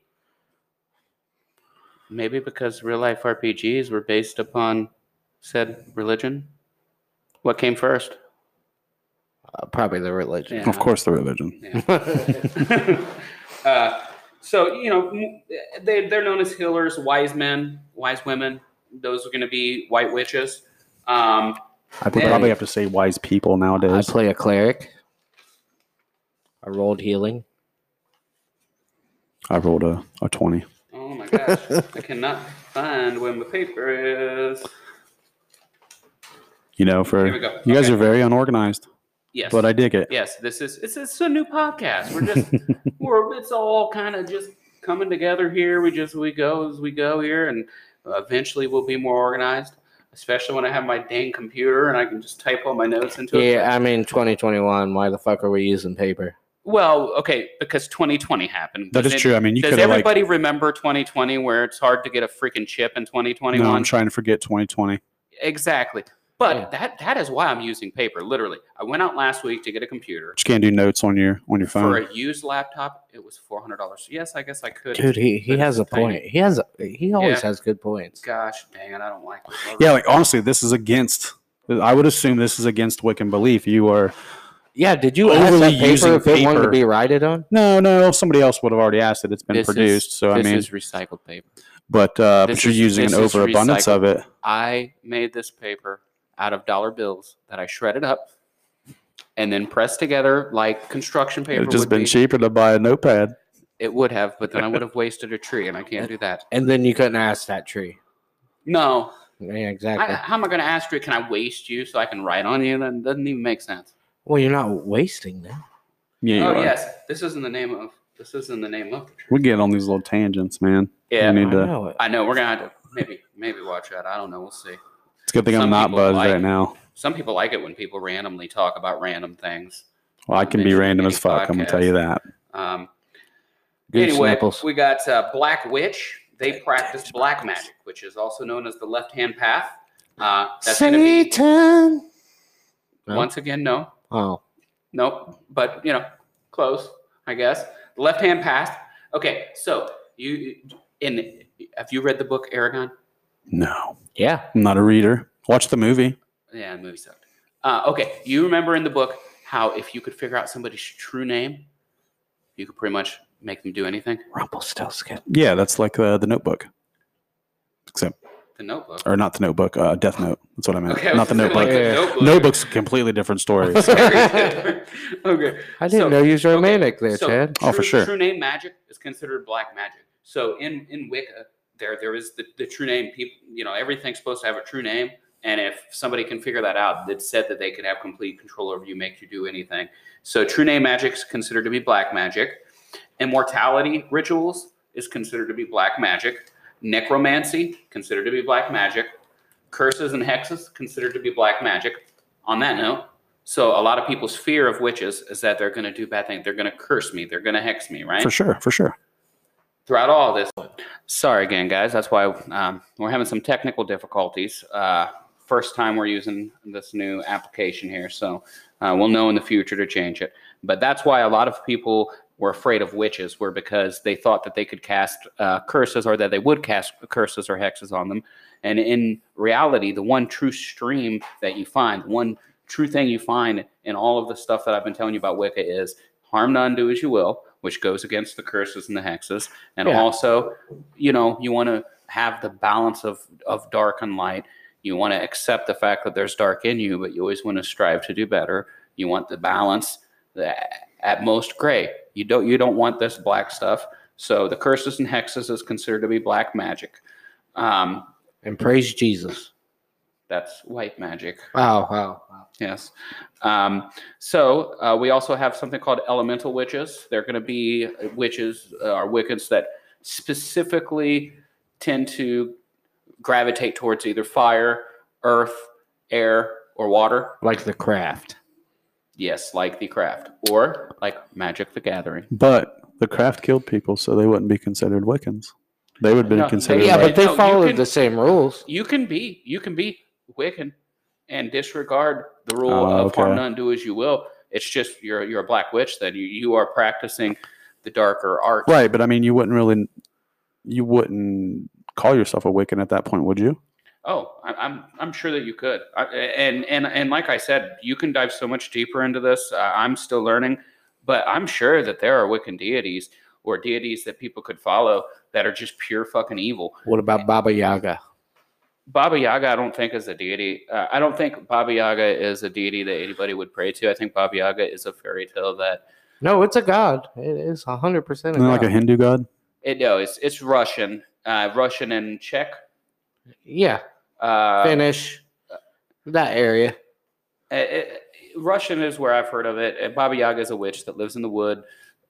S2: maybe because real life RPGs were based upon said religion. What came first?
S1: Uh, probably the religion.
S2: Yeah.
S3: of course the religion.
S2: Yeah. uh, so you know m- they they're known as healers, wise men, wise women. Those are going to be white witches. Um,
S3: I would
S2: Yeah.
S3: probably have to say wise people
S1: I
S3: nowadays.
S1: play a cleric. I rolled healing.
S3: I rolled a, a twenty.
S2: oh my gosh, I cannot find where my paper is.
S3: You know,
S2: Here we
S3: for
S2: go.
S3: you guys
S2: Okay.
S3: are very unorganized,
S2: yes,
S3: but I dig it.
S2: yes. This is it's, it's a new podcast. We're just we're it's all kind of just coming together here. We just we go as we go here, and eventually we'll be more organized. Especially when I have my dang computer and I can just type all my notes into it.
S1: Yeah, I mean, 2021, why the fuck are we using paper?
S2: Well, okay, because 2020 happened.
S3: That
S2: Does
S3: is
S2: it-
S3: true. I mean, you
S2: Does
S3: could have like.
S2: everybody remember 2020 where it's hard to get a freaking chip in
S3: No,
S2: 2021?
S3: I'm trying to forget 2020.
S2: exactly. But
S1: Yeah.
S2: that that is why I'm using paper, literally. I went out last week to get a computer.
S3: Just can't do notes on your on your
S2: For
S3: phone.
S2: a used laptop, it was $400. Yes, I guess I could.
S1: Dude, he, he
S2: But
S1: has a
S2: it's tiny.
S1: point. He has a, he always
S2: Yeah.
S1: has good points.
S2: Gosh dang it, I don't like this.
S3: Yeah, like honestly, this is against. I would assume this is against Wiccan belief. You are
S1: Yeah, did you ask
S3: Overly
S1: that paper
S3: using
S1: if it wanted to
S3: paper.
S1: be righted on?
S3: No, no, somebody else would have already asked it. It's been
S2: This is-
S3: produced, so I
S2: this
S3: mean,
S2: is recycled paper.
S3: but uh, but
S2: this
S3: you're
S2: is-
S3: using an
S2: this is
S3: overabundance of it.
S2: I made this paper out of dollar bills that I shredded up and then pressed together like construction
S3: It
S2: paper.
S3: would just
S2: would
S3: been
S2: be. Oh,
S3: cheaper to buy a notepad.
S2: It would have, but then I would have wasted a tree, and I can't do that.
S1: And then you couldn't ask that tree.
S2: No,
S1: Yeah,
S2: I,
S1: exactly.
S2: how am I going to ask you? Can I waste you so I can write on you? That doesn't even make sense.
S1: well, you're not wasting that.
S3: Yeah, you
S2: oh
S3: are.
S2: yes, this isn't the name of this isn't the name of the tree.
S3: We get on these little tangents, man.
S2: Yeah,
S3: We
S1: I
S3: need to,
S1: know it.
S2: I know. We're gonna have to maybe maybe watch out. I don't know. We'll see.
S3: it's a good thing
S2: Some
S3: I'm not
S2: people
S3: buzzed
S2: like-
S3: right now.
S2: Some people like it when people randomly talk about random things.
S3: Well, I can be
S2: Mention
S3: random
S2: any
S3: as fuck. I'm gonna tell you that.
S2: Um,
S1: Goose
S2: anyway,
S1: nipples.
S2: we got uh, Black Witch. They practice black magic, which is also known as the left hand path. Uh, that's going to be
S1: Satan. No?
S2: once again no.
S1: Oh,
S2: Nope, but you know, close, I guess. Left hand pass. Okay, so you in have you read the book Aragon?
S3: No,
S1: yeah.
S3: I'm not a reader. Watch the movie.
S2: Yeah, the movie sucked. Uh, okay, you remember in the book how if you could figure out somebody's true name, you could pretty much make them do anything.
S1: Rumpelstiltskin.
S3: Yeah, that's like uh, the Notebook, except
S2: The Notebook.
S3: or not the Notebook. Uh, Death Note. That's what I meant.
S2: I was
S3: not the
S2: gonna say,
S3: Notebook.
S2: like, the
S1: Yeah.
S2: Notebook.
S3: Notebook's a completely different story. so-
S2: okay.
S1: I didn't
S2: So-
S1: know you was
S2: okay,
S1: romantic there,
S2: so
S1: Chad.
S3: Oh, for
S2: true-
S3: sure.
S2: True name magic is considered black magic. So in in Wicca, there there is the, the true name. People, you know, everything's supposed to have a true name. And if somebody can figure that out, that said that they could have complete control over you, make you do anything. So true name magic is considered to be black magic. Immortality rituals is considered to be black magic. Necromancy considered to be black magic. Curses and hexes considered to be black magic. On that note, so a lot of people's fear of witches is that they're going to do bad things. They're going to curse me. They're going to hex me, right?
S3: for sure, for sure.
S2: throughout all this. Sorry again, guys. That's why um, we're having some technical difficulties. Uh, first time we're using this new application here, so uh, we'll know in the future to change it. But that's why a lot of people were afraid of witches, were because they thought that they could cast uh, curses or that they would cast curses or hexes on them. And in reality, the one true stream that you find, one true thing you find in all of the stuff that I've been telling you about Wicca is harm none, do as you will, which goes against the curses and the hexes. And
S1: Yeah.
S2: also, you know, you want to have the balance of, of dark and light. You want to accept the fact that there's dark in you, but you always want to strive to do better. You want the balance, the at most gray. You don't you don't want this black stuff. So the curses and hexes is considered to be black magic. Um,
S1: And praise Jesus.
S2: that's white magic.
S1: Wow, wow, wow.
S2: Yes. Um, so uh, we also have something called elemental witches. They're going to be witches uh, or Wiccans that specifically tend to gravitate towards either fire, earth, air, or water.
S1: Like the craft.
S2: Yes, like the craft, or like Magic the Gathering.
S3: But the craft killed people, so they wouldn't be considered Wiccans. They would have been
S2: No,
S3: considered.
S1: Yeah,
S2: Right.
S1: but they
S2: No, you
S1: followed
S2: can-
S1: the same rules.
S2: You can be you can be Wiccan and disregard the rule
S3: Oh,
S2: of harm
S3: okay.
S2: none, do as you will. It's just you're you're a black witch. Then you you are practicing the darker art.
S3: right, but I mean, you wouldn't really, you wouldn't call yourself a Wiccan at that point, would you?
S2: Oh, I, I'm I'm sure that you could. I, and and and like I said, you can dive so much deeper into this. Uh, I'm still learning, but I'm sure that there are Wiccan deities or deities that people could follow that are just pure fucking evil.
S1: What about Baba Yaga?
S2: Baba Yaga, I don't think is a deity. Uh, I don't think Baba Yaga is a deity that anybody would pray to. I think Baba Yaga is a fairy tale that
S1: No, it's a god. It is 100% a
S3: Isn't it like
S1: god.
S3: a Hindu god?
S2: it no, it's it's Russian, uh, Russian and Czech.
S1: yeah,
S2: Uh,
S1: Finnish. that area.
S2: Uh, it, Russian is where I've heard of it. Uh, Baba Yaga is a witch that lives in the wood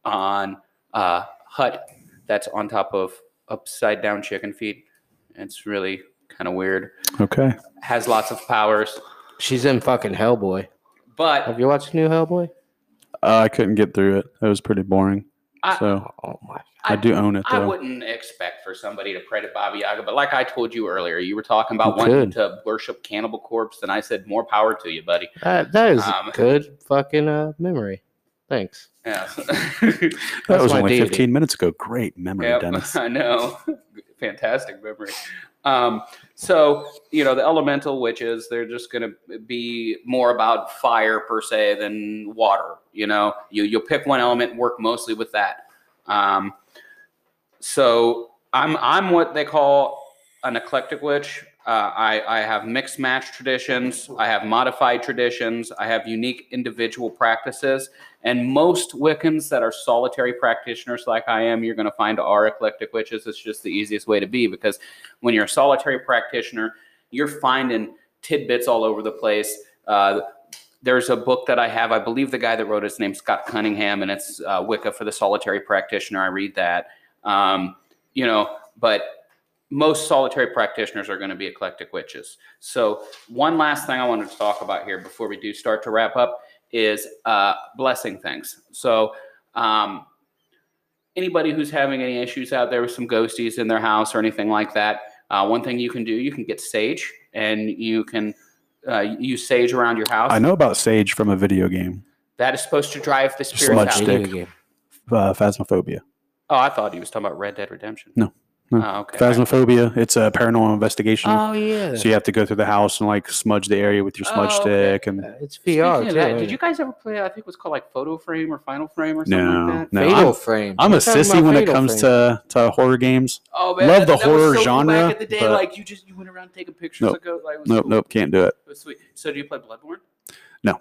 S2: on a hut that's on top of upside down chicken feet. It's really kind of weird.
S3: Okay.
S2: Has lots of powers,
S1: She's in fucking Hellboy.
S2: but
S1: Have you watched new Hellboy?
S3: Uh, I couldn't get through it. It was pretty boring.
S2: I-
S3: so
S1: Oh my.
S3: I, do own it
S2: I
S3: though.
S2: wouldn't expect for somebody to pray to Baba Yaga. But like I told you earlier, you were talking about
S1: You
S2: wanting
S1: could.
S2: to worship Cannibal Corpse, and I said more power to you, buddy.
S1: That, that is
S2: Um,
S1: a good fucking uh, memory. Thanks.
S2: Yeah. so-
S3: that
S1: That's
S3: was
S1: my
S3: only
S1: deity.
S3: 15 minutes ago. Great memory,
S2: Yeah,
S3: Dennis.
S2: I know. Fantastic memory. Um, so, you know, the elemental witches, they're just going to be more about fire per se than water. You know, you, you'll pick one element, work mostly with that. Um, so I'm, I'm what they call an eclectic witch. Uh, I, I have mixed match traditions. I have modified traditions. I have unique individual practices. And most Wiccans that are solitary practitioners like I am, you're going to find are eclectic witches. It's just the easiest way to be because when you're a solitary practitioner, you're finding tidbits all over the place. Uh, there's a book that I have. I believe the guy that wrote it, his name's Scott Cunningham, and it's uh, Wicca for the Solitary Practitioner. I read that. Um, you know, but most solitary practitioners are going to be eclectic witches. So, one last thing I wanted to talk about here before we do start to wrap up is uh, blessing things. So, um, anybody who's having any issues out there with some ghosties in their house or anything like that, uh, one thing you can do, you can get sage and you can uh, use sage around your house.
S3: I know about Sage from a video game,
S2: That is supposed to drive the spirits
S3: Smudge
S2: out.
S3: stick.
S1: Video game.
S3: uh, Phasmophobia.
S2: Oh, I thought he was talking about Red Dead Redemption.
S3: No, no.
S2: Oh, okay.
S3: Phasmophobia. It's a paranormal investigation.
S1: Oh yeah.
S3: So you have to go through the house and like smudge the area with your smudge
S2: Oh, okay.
S3: stick and
S1: Uh, it's
S2: Speaking
S1: VR
S2: of
S1: too.
S2: that,
S1: ain't
S2: did
S1: it?
S2: you guys ever play? I think it was called like Photo Frame or Final Frame or something
S3: no,
S2: like that.
S3: no.
S1: Fatal
S3: I'm,
S1: Frame.
S3: I'm a
S1: You're talking
S3: sissy
S1: about
S3: when it
S1: Fatal
S3: comes
S1: Frame.
S3: to, to horror games.
S2: Oh man,
S3: Love the
S2: was
S3: horror
S2: so cool
S3: genre,
S2: Back in the day,
S3: but-
S2: like you just you went around taking pictures.
S3: Nope.
S2: Of ghosts, like, it was
S3: Nope,
S2: cool.
S3: nope, can't do it.
S2: It was sweet. So do you play Bloodborne?
S3: No.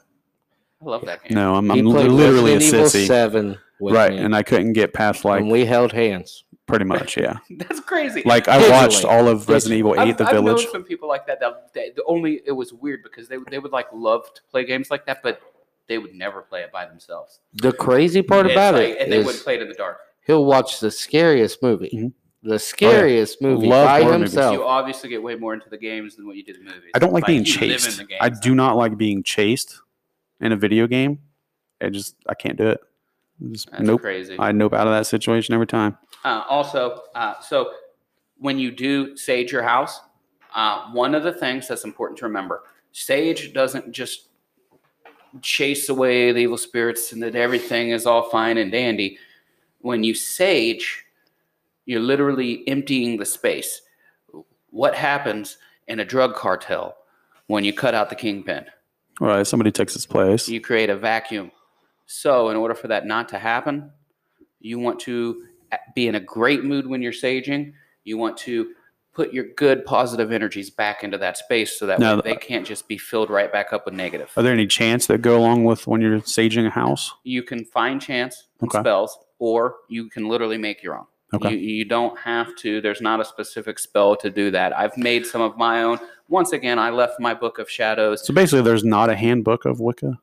S2: I love that game.
S3: No, I'm,
S1: He
S3: I'm
S1: played
S3: literally a
S1: Resident Evil
S3: sissy.
S1: Seven. With
S3: Right,
S1: me,
S3: and I couldn't get past like
S1: and we held hands.
S3: Pretty much, yeah.
S2: That's crazy.
S3: Like I
S1: Visually.
S3: watched all of Resident Evil 8
S2: I've,
S3: The
S2: I've
S3: Village.
S2: known some people like that, that. that the only it was weird because they they would like love to play games like that, but they would never play it by themselves.
S1: The crazy part
S2: It's
S1: about
S2: like-
S1: it
S2: and they would
S1: is
S2: play it in the dark.
S1: he'll watch the scariest movie,
S3: Mhm.
S1: the scariest movie
S3: Love
S1: by
S3: horror movies.
S1: himself.
S2: You obviously get way more into the games than what you did the movies.
S3: I don't like, being
S2: you live in
S3: chased.
S2: the games.
S3: I do not like being chased in a video game. I just I can't do it. Just
S2: That's
S3: nope.
S2: crazy.
S3: I nope out of that situation every time.
S2: Uh, also, uh, so when you do sage your house, uh, one of the things that's important to remember sage doesn't just chase away the evil spirits and that everything is all fine and dandy. When you sage, you're literally emptying the space. What happens in a drug cartel when you cut out the kingpin?
S3: All right, somebody takes its place.
S2: you create a vacuum. So, in order for that not to happen, you want to be in a great mood when you're saging. You want to put your good positive energies back into that space so that
S3: Now- Uh,
S2: way they can't just be filled right back up with negative.
S3: Are there any chants that go along with when you're saging a house?
S2: You can find chance and
S3: Okay.
S2: spells, or you can literally make your own.
S3: Okay.
S2: You, you don't have to. There's not a specific spell to do that. I've made some of my own. Once again, I left my book of shadows
S3: So basically, there's not a handbook of Wicca,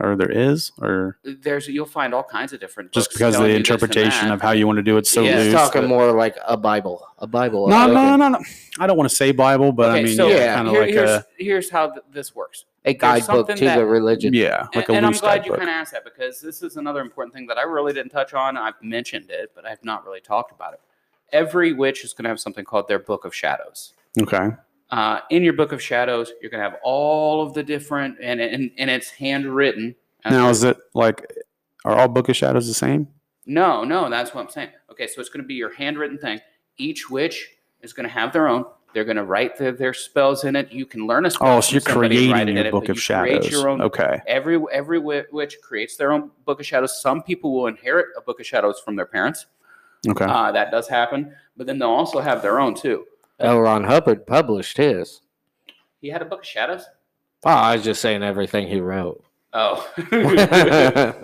S3: or there is, or
S2: there's you'll find all kinds of different
S3: just
S2: books
S3: because of
S2: telling
S3: the
S2: you this and
S3: interpretation
S2: that.
S3: of how you want to do it. So
S2: Yeah,
S1: He's
S3: loose.
S1: talking
S3: that-
S1: more like a Bible, a Bible.
S3: no,
S1: a
S3: no,
S1: book,
S3: no, no. I don't want to say Bible, but I mean,
S2: so
S3: yeah,
S1: yeah,
S3: kind of
S2: here-
S3: like
S2: here's,
S3: a
S2: here's how th- this works.
S1: a guidebook
S2: something
S1: to
S2: that-
S1: the religion.
S3: yeah, like
S2: and,
S3: a
S2: and I'm
S3: loose
S2: glad you
S3: guidebook.
S2: kind of asked that because this is another important thing that I really didn't touch on. I've mentioned it, but I've not really talked about it. Every witch is going to have something called their Book of Shadows.
S3: Okay,
S2: Uh, in your Book of Shadows, you're going to have all of the different, and and, and it's handwritten. And
S3: now is it like are all Book of Shadows the same?
S2: No, no, that's what I'm saying. Okay, so it's going to be your handwritten thing. Each witch is going to have their own. They're going to write their, their spells in it. You can learn a spell.
S3: Oh, so
S2: from
S3: you're
S2: somebody, write
S3: creating
S2: it in
S3: your
S2: it,
S3: Book
S2: but
S3: of
S2: you create
S3: Shadows.
S2: Your own,
S3: Okay,
S2: Every every wi- witch creates their own book of shadows. Some people will inherit a book of shadows from their parents.
S3: okay.
S2: Uh, that does happen, but then they'll also have their own too.
S1: L. Oh, Ron Hubbard published his.
S2: He had a book of shadows.
S1: Oh, I was just saying everything he wrote.
S2: Oh.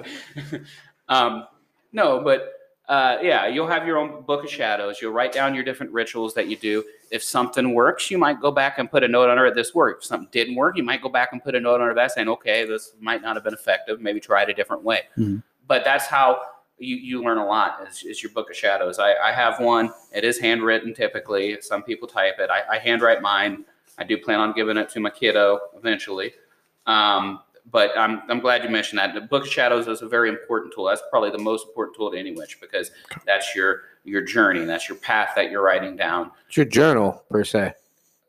S2: um, no, but uh, yeah, you'll have your own book of shadows. You'll write down your different rituals that you do. If something works, you might go back and put a note under it. This worked. If something didn't work, you might go back and put a note under that saying, okay, this might not have been effective. Maybe try it a different way.
S3: Mhm.
S2: But that's how you, you learn a lot is, is your book of shadows. I, I have one. It is handwritten typically. Some people type it. I, I handwrite mine. I do plan on giving it to my kiddo eventually. Um, but I'm, I'm glad you mentioned that. The Book of Shadows is a very important tool. That's probably the most important tool to any witch because that's your your journey, that's your path that you're writing down.
S1: It's your journal per se.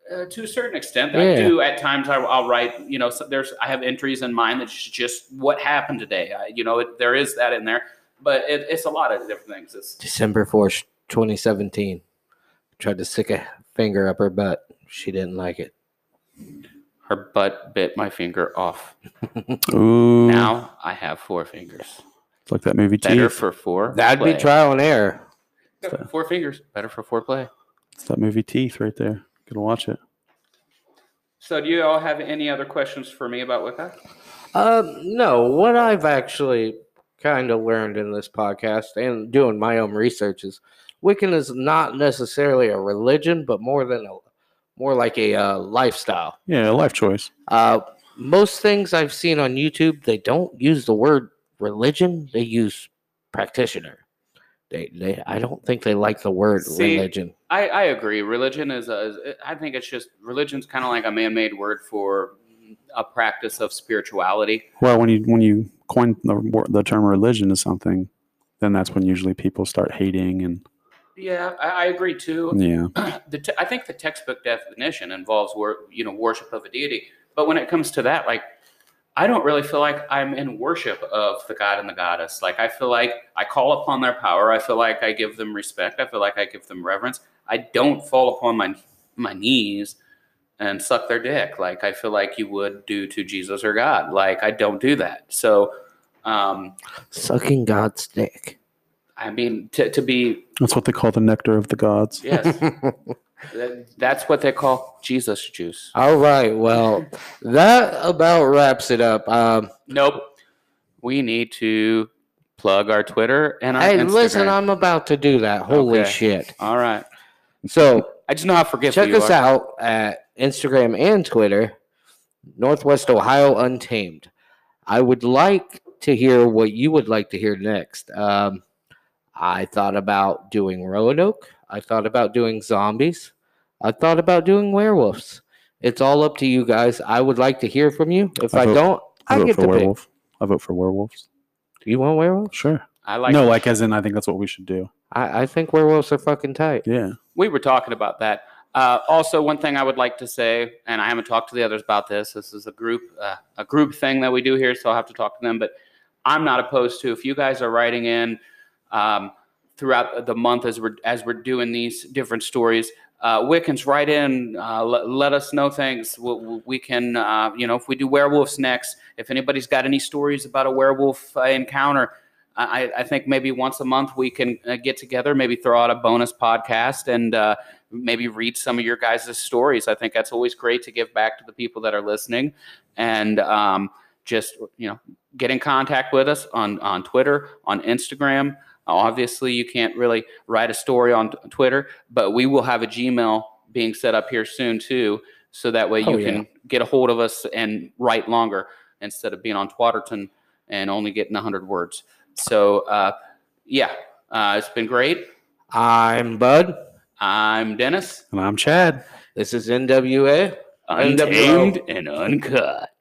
S2: Uh, to a certain extent, I
S1: Yeah.
S2: do at times. I, I'll write, you know, so there's I have entries in mine that's just what happened today. I, you know, it, there is that in there, but it, it's a lot of different things. It's
S1: December fourth, twenty seventeen. Tried to stick a finger up her butt. She didn't like it.
S2: her butt bit my finger off.
S3: Ooh,
S2: Now I have four fingers.
S3: it's like that movie
S2: Better
S3: Teeth.
S2: for four.
S1: That'd
S2: play.
S1: be trial and error.
S2: Four fingers. Better for four play.
S3: It's that movie Teeth right there. Gonna watch it.
S2: So, do you all have any other questions for me about Wicca?
S1: Uh, no, what I've actually kind of learned in this podcast and doing my own research is Wiccan is not necessarily a religion, but more than a more like a uh, lifestyle.
S3: Yeah, life choice.
S1: Uh, most things I've seen on YouTube, they don't use the word religion; they use practitioner. They, they, I don't think they like the word
S2: See,
S1: religion.
S2: I, I agree. Religion is a, is- I think it's just, religion's kind of like a man made word for a practice of spirituality.
S3: Well, when you when you coin the wor- the term religion to something, then that's when usually people start hating and
S2: Yeah, I, I agree too.
S3: yeah.
S2: the te- I think the textbook definition involves, wor- you know, worship of a deity. But when it comes to that, like, I don't really feel like I'm in worship of the god and the goddess. Like, I feel like I call upon their power. I feel like I give them respect. I feel like I give them reverence. I don't fall upon my my knees and suck their dick like I feel like you would do to Jesus or God. Like, I don't do that. So, um,
S1: Sucking God's dick.
S2: I mean, to, to be
S3: That's what they call the nectar of the gods.
S2: yes, that- that's what they call Jesus juice.
S1: All right, well, that about wraps it up. Um,
S2: Nope. We need to plug our Twitter and our
S1: Hey,
S2: Instagram.
S1: listen, I'm about to do that. Holy
S2: Okay.
S1: shit.
S2: All right.
S1: So
S2: I just know how forgetful
S1: check
S2: you
S1: us
S2: are.
S1: out at Instagram and Twitter, Northwest Ohio Untamed. I would like to hear what you would like to hear next. Um, I thought about doing Roanoke. I thought about doing zombies. I thought about doing werewolves. It's all up to you guys. I would like to hear from you. If
S3: I
S1: I,
S3: vote-
S1: don't, I,
S3: vote
S1: get
S3: for
S1: to pick.
S3: werewolf. I vote for werewolves.
S1: You want werewolves?
S3: Sure.
S2: I like.
S3: no, like as in, I think that's what we should do.
S1: I, I think werewolves are fucking tight.
S3: Yeah.
S2: we were talking about that. Uh, also, one thing I would like to say, and I haven't talked to the others about this. This is a group uh, a group thing that we do here, so I'll have to talk to them. But I'm not opposed to if you guys are writing in um, throughout the month as we're as we're doing these different stories. Uh, Wiccans, write in. Uh, let, let us know things. We, we can, uh, you know, if we do werewolves next, if anybody's got any stories about a werewolf uh, encounter, I, I think maybe once a month we can uh, get together, maybe throw out a bonus podcast and uh, maybe read some of your guys' stories. I think that's always great to give back to the people that are listening and um, just, you know, get in contact with us on, on Twitter, on Instagram. Obviously, you can't really write a story on t- Twitter, but we will have a Gmail being set up here soon too. So that way you
S1: Oh,
S2: can get a hold of us and write longer instead of being on Twatterton and only getting 100 words. So, uh, yeah, uh, it's been great.
S1: I'm Bud.
S2: I'm Dennis.
S3: And I'm Chad.
S1: This is NWA.
S2: Untamed
S1: Untamed
S2: and uncut.